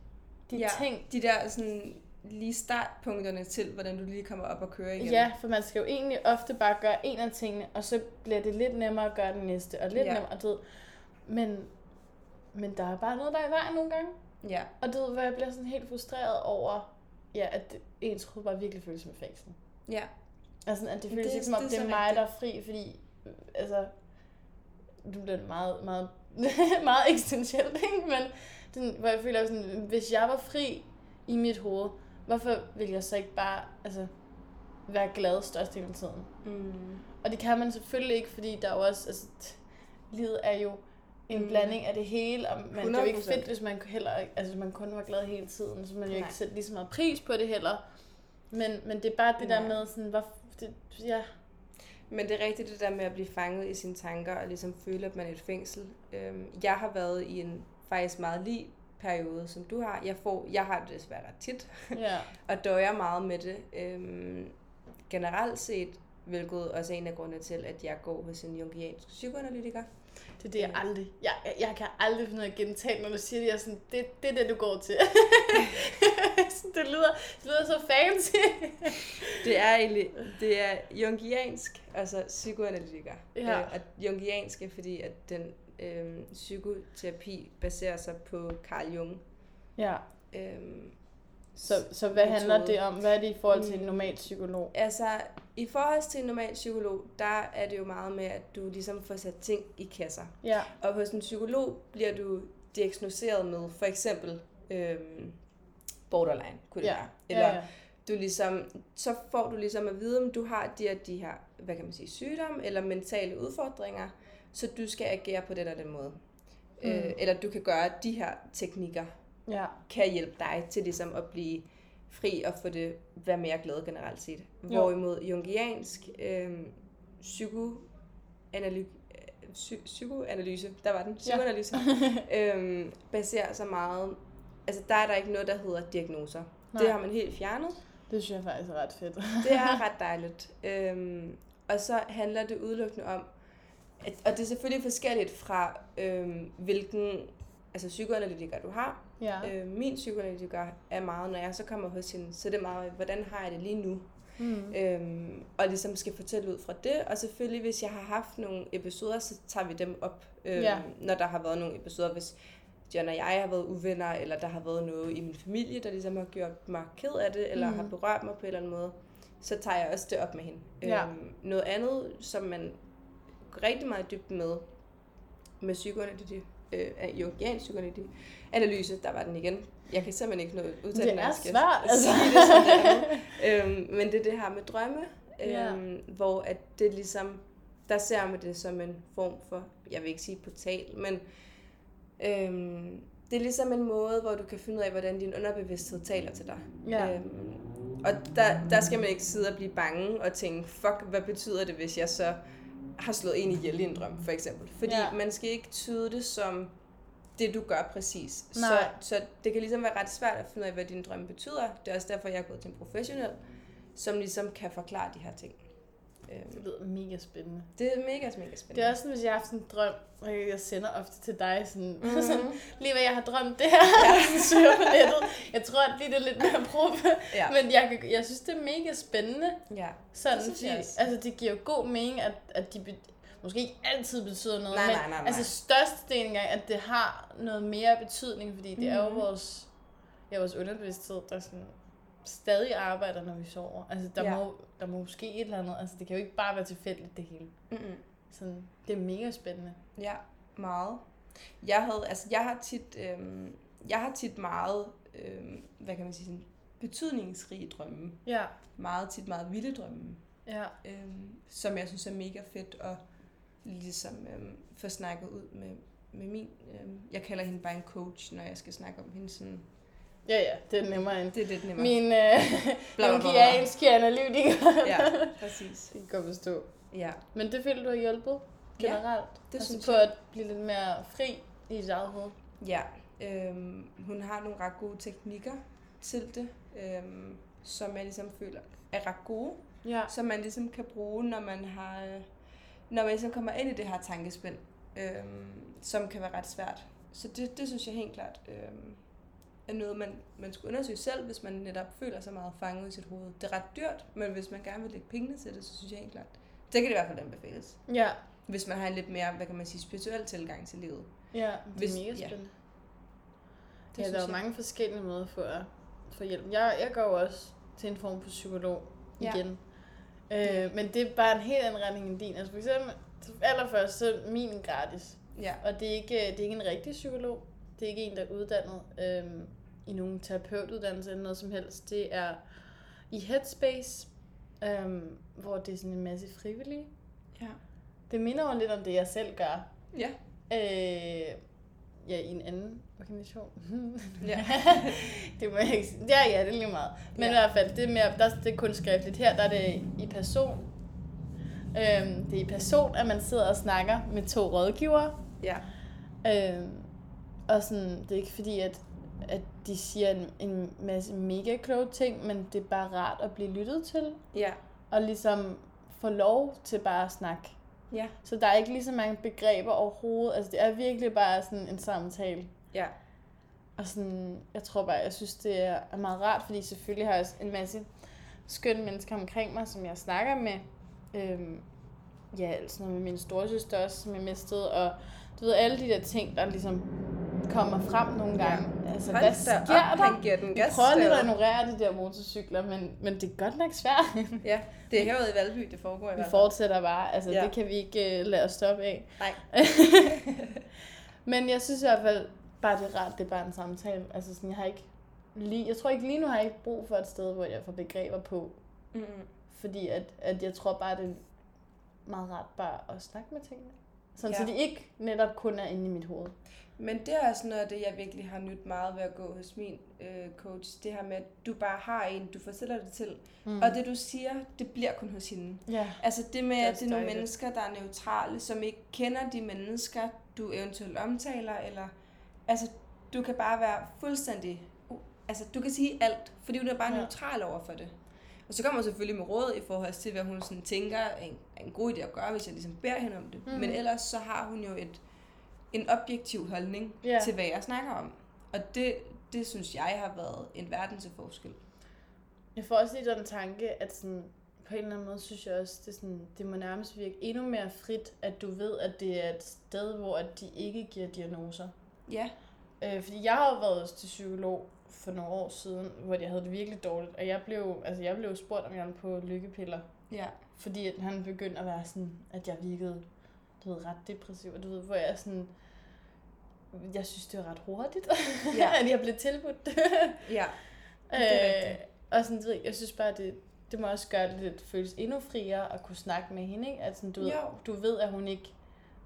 S1: de ja.
S2: Ja.
S1: ting.
S2: De der sådan lige startpunkterne til, hvordan du lige kommer op og kører igen.
S1: Ja, for man skal jo egentlig ofte bare gøre en af tingene, og så bliver det lidt nemmere at gøre den næste, og lidt ja.
S2: Ja.
S1: nemmere, du ved. Men, men der er bare noget, der er i vejen nogle gange.
S2: ja.
S1: Og du ved, hvor jeg bliver sådan helt frustreret over, ja, at det- ens hoved bare virkelig føles som et fængsel.
S2: Ja.
S1: Altså, at det
S2: Men
S1: føles det,
S2: det-
S1: ikke som om,
S2: det er
S1: det er
S2: så
S1: mig,
S2: rigtigt.
S1: der er fri, fordi, øh, altså, nu bliver det meget, meget, meget eksistentielt, ikke? Men den, hvor jeg føler sådan, hvis jeg var fri i mit hoved, hvorfor ville jeg så ikke bare, altså, være glad størstedelen af tiden?
S2: Mm.
S1: Og det kan man selvfølgelig ikke, fordi der er jo også, altså, t- livet er jo en mm.
S2: Mm.
S1: blanding af det hele, og man, det er jo ikke
S2: 100%.
S1: fedt, hvis man, heller, ikke- altså, hvis man kun var glad hele tiden, så man jo
S2: Nej.
S1: ikke sætte lige så meget pris på det heller. Men, men det er bare det der
S2: Nej.
S1: med, sådan, hvor, det, ja,
S2: Men det er rigtigt det der med at blive fanget i sine tanker og ligesom føle, at man er i et fængsel. Øhm, jeg har været i en faktisk meget lige periode, som du har. Jeg, får, jeg har det desværre ret tit,
S1: ja.
S2: og døjer meget med det. Øhm, generelt set, hvilket også er en af grundene til, at jeg går hos en jungiansk psykoanalytiker.
S1: Det er det, jeg
S2: Ja.
S1: aldrig... Jeg, jeg, jeg kan aldrig finde ud af at gentage, når du siger det. Jeg er sådan, det, det er det, du går til. Sådan, det, lyder, det lyder så fancy.
S2: Det er egentlig, det er jungiansk, altså psykoanalytiker.
S1: Ja.
S2: Øh, og jungiansk er fordi, at den øhm, psykoterapi baserer sig på Carl Jung.
S1: ja,
S2: Øhm,
S1: så, så hvad
S2: Metode.
S1: handler det om? Hvad er det i forhold til en
S2: Mm.
S1: normal psykolog?
S2: Altså, i forhold til en normal psykolog, der er det jo meget med, at du ligesom får sat ting i kasser.
S1: Ja,
S2: Og hos en psykolog bliver du diagnosticeret med for eksempel øhm, borderline, kunne det
S1: ja,
S2: være. Eller
S1: ja, ja.
S2: du ligesom, så får du ligesom at vide, om du har de her, de her, hvad kan man sige, sygdomme eller mentale udfordringer, så du skal agere på den og den måde. Mm. Øh, eller du kan gøre de her teknikker,
S1: ja.
S2: kan hjælpe dig til ligesom at blive fri og få det, være mere glad generelt set. Hvorimod jungiansk øh, psykoanaly, øh, psy- psykoanalyse, der var den, psykoanalyse, ja. øh, baserer sig meget, altså der er der ikke noget, der hedder diagnoser. Nej.
S1: Nej.
S2: Det har man helt fjernet.
S1: Det synes jeg faktisk er ret fedt.
S2: Det er ret dejligt. Øhm, og så handler det udelukkende om, at, og det er selvfølgelig forskelligt fra, øhm, hvilken altså psykoanalytiker du har,
S1: ja.
S2: Øh, min psykoanalytiker er meget, når jeg så kommer hos hende, så er det meget, hvordan har jeg det lige nu?
S1: Mm.
S2: Øhm, og ligesom skal fortælle ud fra det. Og selvfølgelig, hvis jeg har haft nogle episoder, så tager vi dem op, øhm,
S1: Ja.
S2: ja. når der har været nogle episoder. Hvis John og jeg har været uvenner, eller der har været noget i min familie, der ligesom har gjort mig ked af det, eller
S1: Mhm.
S2: mm. har berørt mig på en eller anden måde, så tager jeg også det op med hende.
S1: Ja.
S2: Øhm, noget andet, som man går rigtig meget dybt med, med psykoanalytik, øh, jungiansk psykoanalytik, analyse, der var den igen. Jeg kan simpelthen ikke nå at udtale
S1: Det
S2: når
S1: er
S2: jeg skal
S1: svært. Altså.
S2: sige det, som det er nu øhm, men det er det her med drømme, øhm,
S1: Ja.
S2: hvor at det ligesom, der ser man det som en form for, jeg vil ikke sige portal, men Øhm, det er ligesom en måde, hvor du kan finde ud af, hvordan din underbevidsthed taler til dig.
S1: Ja.
S2: Øhm, og der, der skal man ikke sidde og blive bange og tænke, fuck, hvad betyder det, hvis jeg så har slået en ihjel i en drøm, for eksempel. Fordi
S1: Ja.
S2: ja. man skal ikke tyde det som det, du gør præcis. Så,
S1: Nej.
S2: så det kan ligesom være ret svært at finde ud af, hvad dine drømme betyder. Det er også derfor, jeg er gået til en professionel, som ligesom kan forklare de her ting.
S1: Det
S2: Øhm,
S1: lyder mega spændende.
S2: det er mega, mega spændende.
S1: Det er også sådan, hvis jeg har haft en drøm, og jeg sender ofte til dig sådan, mm-hmm. sådan
S2: Mhm.
S1: lige hvad jeg har drømt det her, ja. søger på nettet. Jeg tror, at lige det er lidt mere proppe, ja.
S2: Ja.
S1: men jeg, kan- jeg synes, det er mega spændende.
S2: ja.
S1: Sådan, det
S2: Det synes
S1: fordi,
S2: jeg også.
S1: altså, det giver jo god mening, at, at de be- måske ikke altid betyder noget,
S2: Nej,
S1: men
S2: nej, nej, nej.
S1: altså størstedelen af, at det har noget mere betydning, fordi det mm. er jo
S2: Mhm.
S1: vores, ja, vores underbevidsthed, der sådan stadig arbejder, når vi sover. Altså, der, ja.
S2: Ja.
S1: må, der må måske et eller andet. Altså, det kan jo ikke bare være tilfældigt, det hele.
S2: Mm-mm.
S1: Sådan, det er mega spændende.
S2: Ja, meget. Jeg havde, altså jeg har tit, øhm, jeg har tit meget, øhm, hvad kan man sige, sådan betydningsrige drømme.
S1: Ja,
S2: Meget tit meget vilde drømme,
S1: ja,
S2: øhm, som jeg synes er mega fedt at ligesom øhm, få snakket ud med, med min, øhm, jeg kalder hende bare en coach, når jeg skal snakke om hende sådan.
S1: ja, ja, det er nemmere end
S2: Det er lidt nemmere.
S1: min øh,
S2: bla, bla.
S1: jungianske analytiker.
S2: Ja, præcis.
S1: Det kan godt forstå.
S2: Ja,
S1: Men det føler du har hjulpet generelt? Ja,
S2: det synes
S1: på
S2: jeg.
S1: at blive lidt mere fri i dit eget hoved?
S2: Ja, øhm, hun har nogle ret gode teknikker til det, øhm, som jeg ligesom føler er ret gode,
S1: Ja.
S2: som man ligesom kan bruge, når man har, øh, når man ligesom kommer ind i det her tankespind, øhm, som kan være ret svært. Så det, det synes jeg helt klart øhm, er noget, man, man skulle undersøge selv, hvis man netop føler sig meget fanget i sit hoved. Det er ret dyrt, men hvis man gerne vil lægge pengene til det, så synes jeg helt klart, det kan det i hvert fald anbefales.
S1: Ja.
S2: Hvis man har en lidt mere, hvad kan man sige, spirituel tilgang til livet.
S1: Ja, det
S2: Hvis-
S1: er mega
S2: ja.
S1: spændende.
S2: Det
S1: Ja,
S2: synes
S1: der er
S2: jeg.
S1: jo mange forskellige måder for at få hjælp. Jeg, jeg går jo også til en form for psykolog
S2: Ja.
S1: igen. Ja. Øh, men det er bare en helt anden retning end din. Altså for eksempel, allerførst så er min gratis.
S2: Ja,
S1: Og det er ikke, det er ikke en rigtig psykolog. Det er ikke en, der er uddannet øhm, i nogen terapeutuddannelse eller noget som helst. Det er i Headspace, øhm, hvor det er sådan en masse frivillige.
S2: Ja.
S1: Det minder jo lidt om det, jeg selv gør.
S2: ja,
S1: Øh, ja, i en anden organisation.
S2: Ja.
S1: det må jeg ikke sige. Ja, ja, det er lige meget. Men ja.
S2: Ja.
S1: i hvert fald, det er, mere, der, det er kun skriftligt. Her der er det i person. Øhm, det er i person, at man sidder og snakker med to rådgivere.
S2: ja.
S1: Øhm, og sådan, det er ikke fordi, at, at de siger en, en masse mega kloge ting, men det er bare rart at blive lyttet til,
S2: Ja,
S1: og ligesom få lov til bare at snakke.
S2: ja,
S1: Så der er ikke lige så mange begreber overhovedet. Altså, det er virkelig bare sådan en samtale.
S2: ja,
S1: Og sådan, jeg tror bare, jeg synes, det er er meget rart, fordi selvfølgelig har jeg også en masse skønne mennesker omkring mig, som jeg snakker med. Øhm, ja, altså med min storesøster også, som jeg mistede, og du ved, alle de der ting, der ligesom kommer frem nogle gange. Ja. Altså,
S2: Hold
S1: hvad
S2: da
S1: sker
S2: op,
S1: der?
S2: han giver den
S1: Vi
S2: gas
S1: prøver lidt at
S2: derude.
S1: ignorere de der motorcykler, men, men det er godt nok svært.
S2: Ja, det er herude i Valby, det foregår i
S1: Vi
S2: hvert fald.
S1: fortsætter bare. Altså, ja.
S2: Ja.
S1: det kan vi ikke uh, lade os stoppe af.
S2: Nej.
S1: Men jeg synes i hvert fald bare, det er rart, det er bare en samtale. Altså, sådan, jeg har ikke lige, jeg tror ikke lige nu har jeg ikke brug for et sted, hvor jeg får begreber på.
S2: Mm-mm.
S1: Fordi at, at jeg tror bare, det er meget rart bare at snakke med tingene. Sådan, ja.
S2: Ja.
S1: så de ikke netop kun er inde i mit hoved.
S2: Men det er også noget af det, jeg virkelig har nyt meget ved at gå hos min øh, coach. Det her med, at du bare har en, du fortæller det til. Mm. Og det, du siger, det bliver kun hos hende.
S1: Ja.
S2: Altså det med,
S1: Det er
S2: at
S1: også
S2: det er nogle
S1: dejligt.
S2: mennesker, der er neutrale, som ikke kender de mennesker, du eventuelt omtaler, eller... Altså, du kan bare være fuldstændig... Uh, altså, du kan sige alt, fordi hun er bare
S1: Ja.
S2: ja. neutral over for det. Og så kommer hun selvfølgelig med råd i forhold til, hvad hun sådan tænker er en, er en god idé at gøre, hvis jeg ligesom beder hende om det.
S1: Mhm.
S2: Mm. Men ellers så har hun jo et, en objektiv holdning
S1: Ja.
S2: ja. til, hvad jeg snakker om. Og det, det synes jeg har været en verden til forskel.
S1: Jeg får også lige den tanke, at sådan, på en eller anden måde synes jeg også, det, er sådan, det må nærmest virke endnu mere frit, at du ved, at det er et sted, hvor at de ikke giver diagnoser.
S2: Ja,
S1: Øh, fordi jeg har jo været til psykolog for nogle år siden, hvor jeg havde det virkelig dårligt, og jeg blev, altså jeg blev spurgt, om jeg var på lykkepiller,
S2: ja,
S1: fordi at han begyndte at være sådan, at jeg virkede du ved, ret depressiv, og du ved, hvor jeg sådan, jeg synes, det var ret hurtigt,
S2: Ja.
S1: at jeg blev tilbudt.
S2: ja. Det er
S1: øh,
S2: rigtigt.
S1: og sådan, du ved, jeg synes bare, det, det må også gøre det lidt, føles endnu friere at kunne snakke med Altså, hende, ikke? At sådan, du, ved,
S2: Jo.
S1: du ved, at hun ikke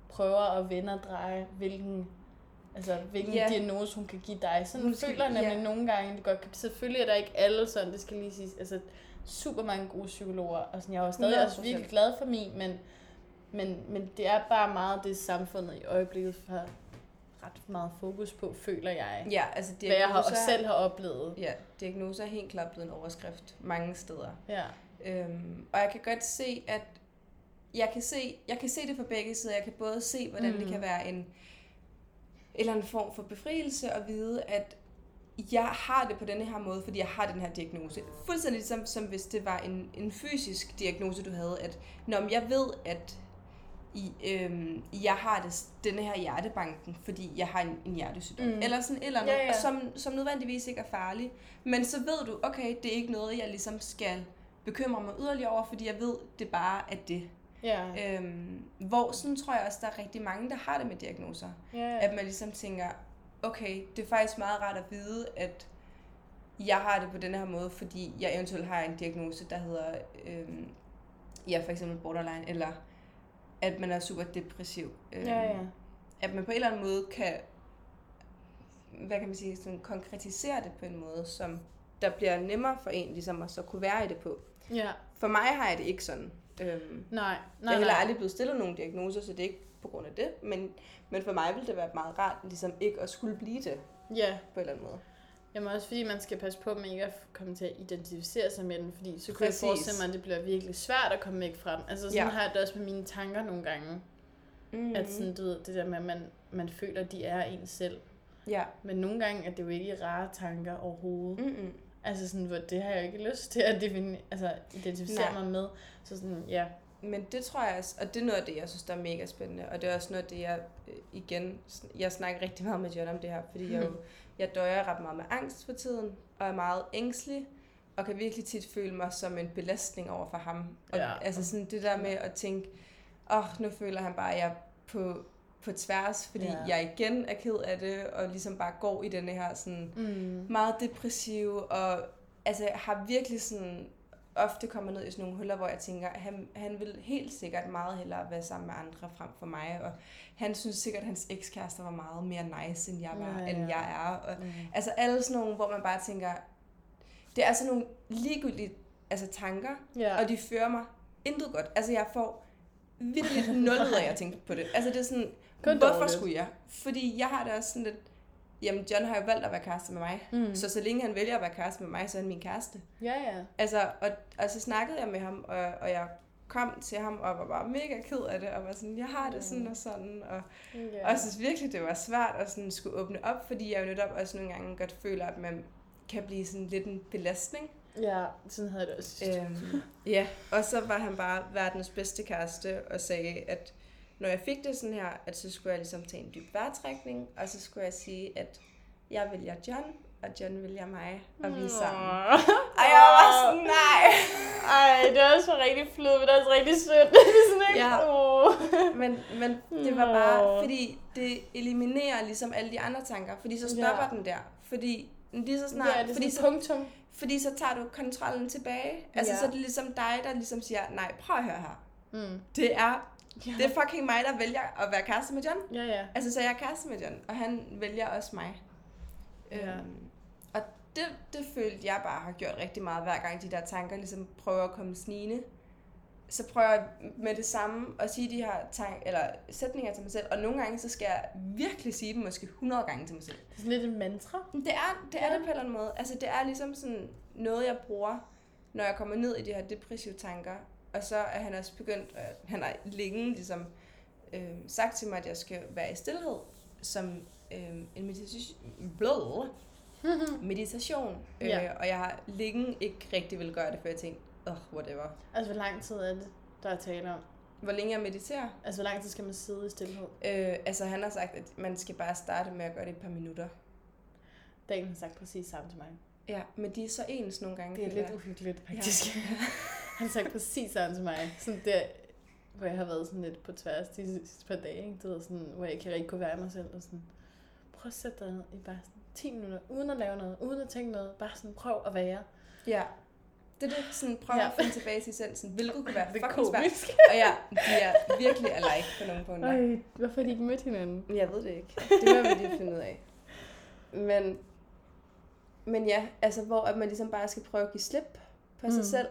S1: prøver at vende og dreje, hvilken Altså, hvilken
S2: Ja.
S1: yeah. diagnose hun kan give dig. Sådan
S2: Hun
S1: hun
S2: skal-
S1: føler jeg nemlig
S2: ja.
S1: yeah. nogle gange, det godt kan. Selvfølgelig er der ikke alle sådan, det skal lige siges. Altså, super mange gode psykologer, og sådan, jeg er jo stadig også
S2: 100%.
S1: virkelig glad for min, men, men, men det er bare meget det, samfundet i øjeblikket har ret meget fokus på, føler jeg.
S2: Ja, altså
S1: Hvad jeg har, og
S2: diagnoser-
S1: selv har oplevet.
S2: Ja, diagnoser er helt klart blevet en overskrift mange steder.
S1: Ja.
S2: Øhm, og jeg kan godt se, at jeg kan se, jeg kan se det fra begge sider. Jeg kan både se, hvordan mm. det
S1: Mm.
S2: kan være en eller en form for befrielse at vide, at jeg har det på denne her måde, fordi jeg har den her diagnose. Fuldstændig ligesom som hvis det var en, en fysisk diagnose, du havde, at når jeg ved, at i, øhm, jeg har det, denne her hjertebanken, fordi jeg har en, en hjertesygdom. Mm.
S1: Mm.
S2: Eller sådan et eller andet,
S1: Ja, ja.
S2: Som, som nødvendigvis ikke er farlig. Men så ved du, okay, det er ikke noget, jeg ligesom skal bekymre mig yderligere over, fordi jeg ved, det bare er det.
S1: Ja.
S2: Øhm, hvor sådan tror jeg også, der er rigtig mange, der har det med diagnoser.
S1: ja.
S2: At man ligesom tænker, okay, det er faktisk meget rart at vide, at jeg har det på den her måde, fordi jeg eventuelt har en diagnose, der hedder, øhm, ja, for eksempel borderline, eller at man er super depressiv. Øhm,
S1: Ja, ja.
S2: At man på en eller anden måde kan, hvad kan man sige, sådan konkretisere det på en måde, som der bliver nemmere for en ligesom at så kunne være i det på.
S1: Ja.
S2: For mig har jeg det ikke sådan. Øhm,
S1: Nej.
S2: jeg
S1: Nej,
S2: er heller
S1: nej.
S2: aldrig blevet stillet nogen diagnoser, så det er ikke på grund af det. Men, men for mig ville det være meget rart ligesom ikke at skulle blive det
S1: Ja.
S2: på en eller anden måde.
S1: Jamen også fordi man skal passe på med ikke at f- komme til at identificere sig med den, fordi så kunne
S2: Præcis.
S1: jeg forestille mig, at det bliver virkelig svært at komme væk fra den. Altså sådan
S2: Ja.
S1: ja. har jeg det også med mine tanker nogle gange, mm.
S2: Mm.
S1: at sådan, du ved, det der med, at man, man føler, at de er en selv.
S2: Ja.
S1: Men nogle gange er det jo ikke rare tanker overhovedet. Mm.
S2: Mm-mm.
S1: Altså sådan, hvor det har jeg jo ikke lyst til at defini- altså, identificere
S2: Nej.
S1: mig med. Så sådan, ja.
S2: Men det tror jeg også, og det er noget af det, jeg synes, der er mega spændende. Og det er også noget af det, jeg øh, igen, sn- jeg snakker rigtig meget med John om det her, fordi jeg, jo, jeg døjer ret meget med angst for tiden, og er meget ængstelig, og kan virkelig tit føle mig som en belastning over for ham. Og,
S1: Ja.
S2: Altså sådan det der med at tænke, åh, oh, nu føler han bare, at jeg er på, på tværs, fordi
S1: Ja.
S2: ja. jeg igen er ked af det, og ligesom bare går i denne her sådan
S1: Mm.
S2: meget depressiv, og altså, har virkelig sådan ofte kommer ned i sådan nogle huller, hvor jeg tænker, han, han vil helt sikkert meget hellere være sammen med andre frem for mig, og han synes sikkert, at hans ekskærester var meget mere nice, end jeg, var,
S1: Ja,
S2: ja,
S1: ja.
S2: ja. end jeg er. Og,
S1: Mm.
S2: altså alle sådan nogle, hvor man bare tænker, det er sådan nogle ligegyldige altså, tanker,
S1: Ja.
S2: og de fører mig intet godt. Altså jeg får vildt nul ud af, at jeg tænker på det. Altså det er sådan,
S1: Kun
S2: hvorfor
S1: dårligt.
S2: skulle jeg? Fordi jeg har det også sådan lidt, jamen John har jo valgt at være kæreste med mig,
S1: Mm.
S2: så så længe han vælger at være kæreste med mig, så er han min kæreste.
S1: Ja, ja.
S2: Altså, og, og så snakkede jeg med ham, og, og jeg kom til ham og var bare mega ked af det, og var sådan, jeg har det sådan og sådan, og,
S1: Ja.
S2: og jeg synes virkelig, det var svært at sådan skulle åbne op, fordi jeg jo netop også nogle gange godt føler, at man kan blive sådan lidt en belastning.
S1: ja, sådan havde jeg det også.
S2: Øhm, ja, og så var han bare verdens bedste kæreste og sagde, at når jeg fik det sådan her, at så skulle jeg ligesom tage en dyb vejrtrækning, og så skulle jeg sige, at jeg vælger John, og John vælger mig, og vi er sammen. Og jeg var sådan, nej.
S1: Ej, det er også rigtig flødt, men det er også rigtig sødt. Det er sådan ikke,
S2: Ja.
S1: åh.
S2: Men, men det var bare,
S1: Nå.
S2: fordi det eliminerer ligesom alle de andre tanker, fordi så
S1: Ja.
S2: stopper den der. Fordi lige så snart,
S1: ja, det er
S2: fordi,
S1: fordi
S2: så,
S1: sådan punktum.
S2: fordi så tager du kontrollen tilbage. Altså
S1: Ja.
S2: så er det ligesom dig, der ligesom siger, nej, prøv at høre her.
S1: Mm.
S2: Det er,
S1: Ja.
S2: det er fucking mig, der vælger at være kæreste med John.
S1: Ja, ja.
S2: Altså, så jeg er kæreste med John, og han vælger også mig.
S1: Ja.
S2: Øhm, og det, det følte jeg bare har gjort rigtig meget, hver gang de der tanker ligesom prøver at komme snigende. Så prøver jeg med det samme at sige de her tank, eller sætninger til mig selv, og nogle gange så skal jeg virkelig sige dem måske 100 gange til mig selv.
S1: Det er sådan lidt et mantra.
S2: Det er det, er det på en eller anden måde. Altså, det er ligesom sådan noget, jeg bruger, når jeg kommer ned i de her depressive tanker. Og så er han også begyndt, øh, han har længe ligesom øh, sagt til mig, at jeg skal være i stillhed, som øh, en meditation. Blå. meditation. Øh,
S1: Ja.
S2: Og jeg har længe ikke rigtig vil gøre det, for jeg tænkte, oh, whatever.
S1: Altså, hvor lang tid er det, der er tale om?
S2: Hvor længe jeg mediterer?
S1: Altså, hvor lang tid skal man sidde i stillhed?
S2: Øh, altså, han har sagt, at man skal bare starte med at gøre det et par minutter.
S1: Dagen har sagt præcis samme til mig.
S2: Ja, men de er så ens nogle gange.
S1: Det er
S2: føler jeg.
S1: lidt uhyggeligt, faktisk. Ja. Han har sagt præcis samme til mig. Sådan der, hvor jeg har været sådan lidt på tværs de sidste par dage, ikke? Du ved, sådan, hvor jeg ikke rigtig kunne være mig selv. Og sådan, prøv at sætte dig ned i bare sådan 10 minutter, uden at lave noget, uden at tænke noget. Bare sådan, prøv at være.
S2: Ja, Det er det, sådan, prøv
S1: Ja.
S2: at finde tilbage til essensen, hvilket kunne være
S1: Det er
S2: fucking svært.
S1: komisk.
S2: Og ja, de er virkelig alike på nogle punkter.
S1: Øj, hvorfor har de ikke mødt hinanden?
S2: Jeg ved det ikke. Det må vi lige finde ud af. Men, men ja, altså hvor at man ligesom bare skal prøve at give slip på mm.
S1: Mm.
S2: sig selv.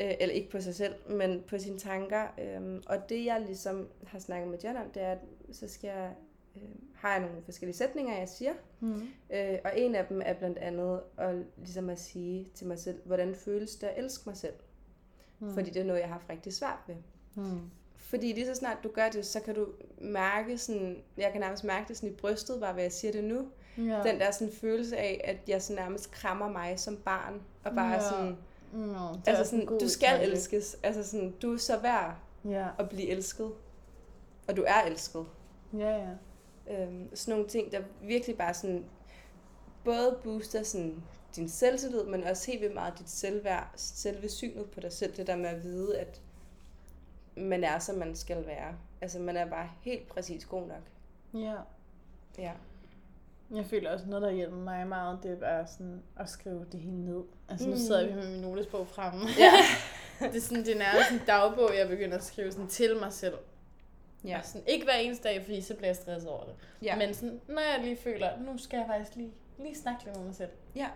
S2: Øh, eller ikke på sig selv, men på sine tanker. Øhm, og det jeg ligesom har snakket med John om, det er, at så skal jeg, øh, har jeg nogle forskellige sætninger, jeg siger.
S1: Mm.
S2: Øh, og en af dem er blandt andet at, ligesom at sige til mig selv, hvordan føles det at elske mig selv?
S1: Hmm.
S2: Mm. Fordi det er noget, jeg har haft rigtig svært ved.
S1: Mm.
S2: Fordi lige så snart du gør det, så kan du mærke sådan, jeg kan nærmest mærke det sådan i brystet, bare ved at sige det nu.
S1: Ja.
S2: Ja. Den der sådan følelse af, at jeg sådan nærmest krammer mig som barn, og bare
S1: Ja.
S2: ja. sådan,
S1: Nå, det er
S2: altså
S1: også en
S2: sådan,
S1: god
S2: du skal
S1: tanke.
S2: elskes. Altså sådan, du er så værd
S1: Ja,
S2: at blive elsket, og du er elsket.
S1: ja, ja.
S2: Øhm, sådan nogle ting, der virkelig bare sådan, både booster sådan din selvtillid, men også helt vildt meget dit selvværd, selve synet på dig selv, det der med at vide, at man er, som man skal være. Altså, man er bare helt præcis god nok.
S1: Ja.
S2: Ja.
S1: Jeg føler også noget, der hjælper mig meget, det er bare sådan at skrive det hele ned. Altså nu
S2: Mm.
S1: sidder vi med min notesbog fremme.
S2: Ja.
S1: det er sådan, det er nærmest en dagbog, jeg begynder at skrive sådan til mig selv.
S2: Ja.
S1: Og Sådan, ikke hver eneste dag, fordi så bliver jeg stresset over det.
S2: Ja.
S1: Men sådan, når jeg lige føler, nu skal jeg faktisk lige, lige snakke lidt med mig selv.
S2: ja.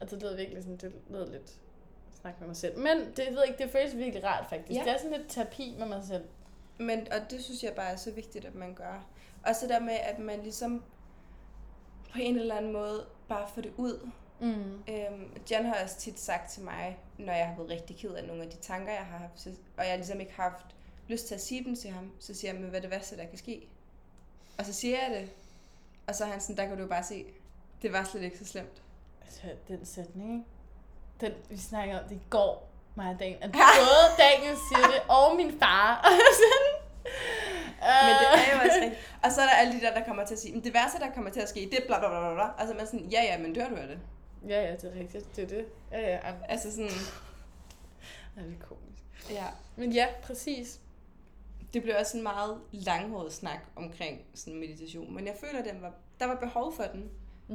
S1: Og det lød virkelig sådan, det lød lidt snak med mig selv. Men det ved jeg ikke, det føles virkelig rart faktisk.
S2: Ja.
S1: Det er sådan lidt terapi med mig selv.
S2: Men, og det synes jeg bare er så vigtigt, at man gør. Og så der med, at man ligesom på en eller anden måde bare får det ud.
S1: Mm.
S2: Øhm, Jan har også tit sagt til mig, når jeg har været rigtig ked af nogle af de tanker, jeg har haft, så, og jeg ligesom ikke har haft lyst til at sige dem til ham, så siger jeg, men hvad er det værste, der kan ske? Og så siger jeg det, og så er han sådan, der kan du jo bare se, det var slet ikke så slemt.
S1: Altså, den sætning, ikke? Den, vi snakkede om det i går, mig og Daniel. At både Daniel siger det, og min far. Og sådan. Øh.
S2: Men det er jo altså- også rigtigt. Og så er der alle de der, der kommer til at sige, men det værste, der kommer til at ske, det er bla bla bla bla. bla. Og så er man sådan, ja ja, men dør du af det?
S1: Ja, ja, det er rigtigt. Det er det. Ja, ja, ej,
S2: Altså sådan,
S1: ej, det er komisk.
S2: ja.
S1: Men ja, præcis.
S2: det blev også en meget langhåret snak omkring sådan meditation, men jeg føler, den var, der var behov for den.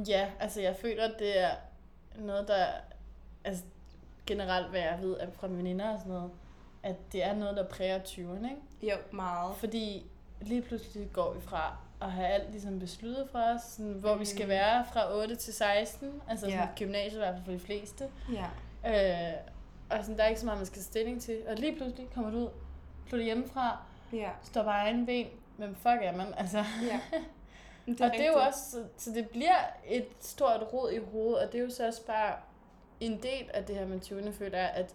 S1: Ja, altså jeg føler, at det er noget, der... Altså generelt, hvad jeg ved er fra veninder og sådan noget, at det er noget, der præger 20'erne, ikke?
S2: Jo, meget.
S1: Fordi lige pludselig går vi fra at have alt ligesom besluttet for os, sådan, hvor mm. vi skal
S2: Mhm.
S1: være fra 8 til 16, altså sådan,
S2: Ja.
S1: gymnasiet i hvert fald for de fleste.
S2: Ja.
S1: Øh, og sådan, der er ikke så meget, man skal tage stilling til. Og lige pludselig kommer du ud, flytter hjemmefra,
S2: Ja.
S1: står på egen ben. Hvem fuck er man? Altså.
S2: ja.
S1: Det og det er jo også, så- så det bliver et stort rod i hovedet, og det er jo så også bare en del af det her med 20'erne, føler jeg, at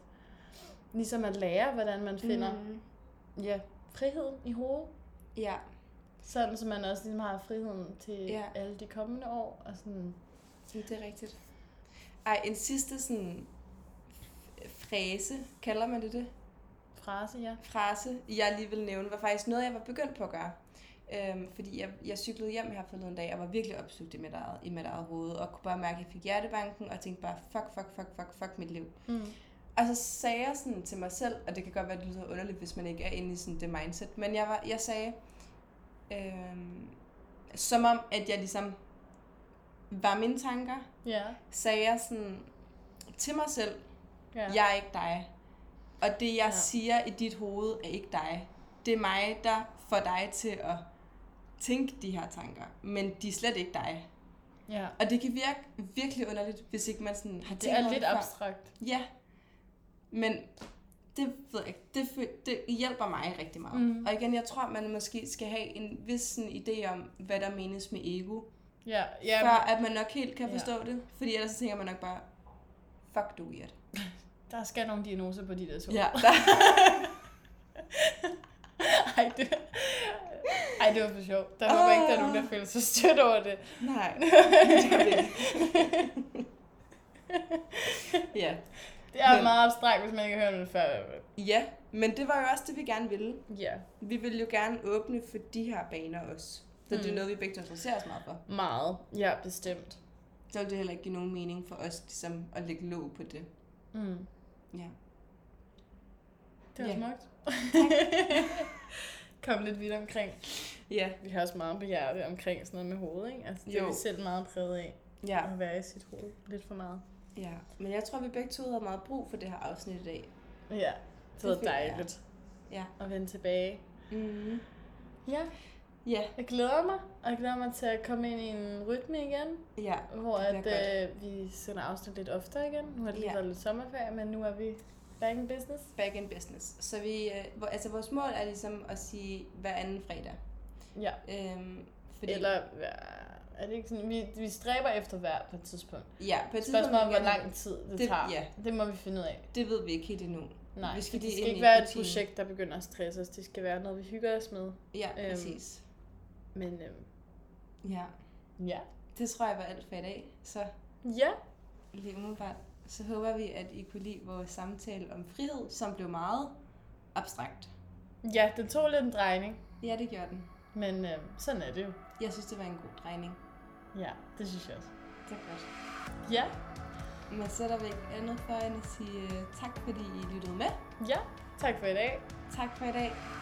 S1: ligesom at lære, hvordan man finder mm.
S2: Mm.
S1: ja, friheden i hovedet.
S2: Ja.
S1: Sådan, så man også ligesom har friheden til ja.
S2: Ja.
S1: alle de kommende år. Og sådan.
S2: Ja, det er rigtigt. Ej, en sidste sådan frase, kalder man det det?
S1: Frase, ja.
S2: frase, jeg lige vil nævne, var faktisk noget, jeg var begyndt på at gøre. Øhm, fordi jeg, jeg cyklede hjem her forleden dag, og var virkelig opslugt i mit, eget, i mit eget hoved, og kunne bare mærke, at jeg fik hjertebanken, og tænkte bare, fuck, fuck, fuck, fuck, fuck mit liv.
S1: Mm.
S2: Og så sagde jeg sådan til mig selv, og det kan godt være, det lyder underligt, hvis man ikke er inde i sådan det mindset, men jeg, var, jeg sagde, øhm, som om, at jeg ligesom var mine tanker,
S1: Ja.
S2: sagde jeg sådan til mig selv,
S1: Ja.
S2: Ja. Jeg er ikke dig. Og det, jeg
S1: Ja.
S2: ja. siger i dit hoved, er ikke dig. Det er mig, der får dig til at tænke de her tanker. Men de er slet ikke dig.
S1: ja.
S2: Og det kan virke virkelig underligt, hvis ikke man sådan har tænkt
S1: Det er
S2: over
S1: lidt
S2: før.
S1: abstrakt.
S2: Ja. Men det ved jeg ikke. Det, fø- det hjælper mig rigtig meget.
S1: Mhm.
S2: Mm. Og igen, jeg tror, man måske skal have en vis sådan idé om, hvad der menes med ego.
S1: Ja, ja,
S2: Jamen. Før at man nok helt kan
S1: Ja.
S2: forstå ja. det. Fordi ellers så tænker man nok bare, fuck du weird.
S1: der skal nogle diagnoser på de der to.
S2: Ja.
S1: Ej, det, ej, det var for sjovt. Der håber jeg ikke, der er
S2: Ah.
S1: nogen, der føler sig stødt over det.
S2: Nej. Det er det. ja.
S1: Det er
S2: Men-
S1: meget abstrakt, hvis man ikke har hørt om det før. i hvert fald.
S2: ja, men det var jo også det, vi gerne ville.
S1: Ja,
S2: Vi ville jo gerne åbne for de her baner også. Så mm. det
S1: Mm.
S2: er noget, vi begge to interesserer os meget for.
S1: meget. Ja, bestemt.
S2: Så ville det heller ikke give nogen mening for os ligesom, at lægge låg på det.
S1: Mm.
S2: Ja.
S1: Det var
S2: Ja.
S1: smukt. Kom lidt vidt omkring.
S2: Ja.
S1: Vi har også meget på hjerte omkring sådan noget med hovedet, ikke? Altså, det er
S2: Jo.
S1: vi selv meget præget af.
S2: Ja.
S1: At være i sit hoved lidt for meget.
S2: Ja, men jeg tror, vi begge to havde meget brug for det her afsnit i dag.
S1: Ja, det var
S2: Det føler jeg.
S1: dejligt
S2: Ja.
S1: at vende tilbage.
S2: Mm-hmm.
S1: Ja,
S2: Ja,
S1: jeg glæder mig. Og jeg glæder mig til at komme ind i en rytme igen,
S2: ja.
S1: hvor
S2: Det
S1: at,
S2: bliver
S1: øh, vi sender afsnit lidt oftere igen. Nu har det lige
S2: Ja.
S1: været lidt sommerferie, men nu er vi back in business.
S2: Back in business. Så vi, øh, hvor, altså vores mål er ligesom at sige hver anden fredag.
S1: Ja,
S2: Øhm, fordi,
S1: eller hver- er det ikke sådan, vi, vi stræber efter hver på et tidspunkt.
S2: ja, på et
S1: Spørgsmålet
S2: tidspunkt,
S1: er, hvor
S2: vil vi gerne-
S1: lang tid det,
S2: Det-
S1: tager.
S2: ja.
S1: Det må vi finde ud af.
S2: Det ved vi ikke helt endnu.
S1: Nej,
S2: Vi
S1: vi
S2: skal
S1: skal
S2: lige
S1: det skal
S2: ind i
S1: ikke være et
S2: rutinen.
S1: projekt, der begynder at stresse os. Det skal være noget, vi hygger os med.
S2: Ja,
S1: Øhm.
S2: præcis.
S1: Men øhm,
S2: Ja.
S1: ja.
S2: Det tror jeg var alt for i dag. Så
S1: Ja,
S2: lige umiddelbart, så håber vi, at I kunne lide vores samtale om frihed, som blev meget abstrakt.
S1: ja den tog lidt en drejning.
S2: Ja, det gjorde den.
S1: Men øhm, sådan er det jo.
S2: Jeg synes, det var en god drejning.
S1: Ja, det synes jeg også.
S2: Det er godt.
S1: Ja,
S2: Men så er der vel ikke andet for end at sige øh, tak, fordi I lyttede med.
S1: ja. Tak for i dag.
S2: Tak for i dag.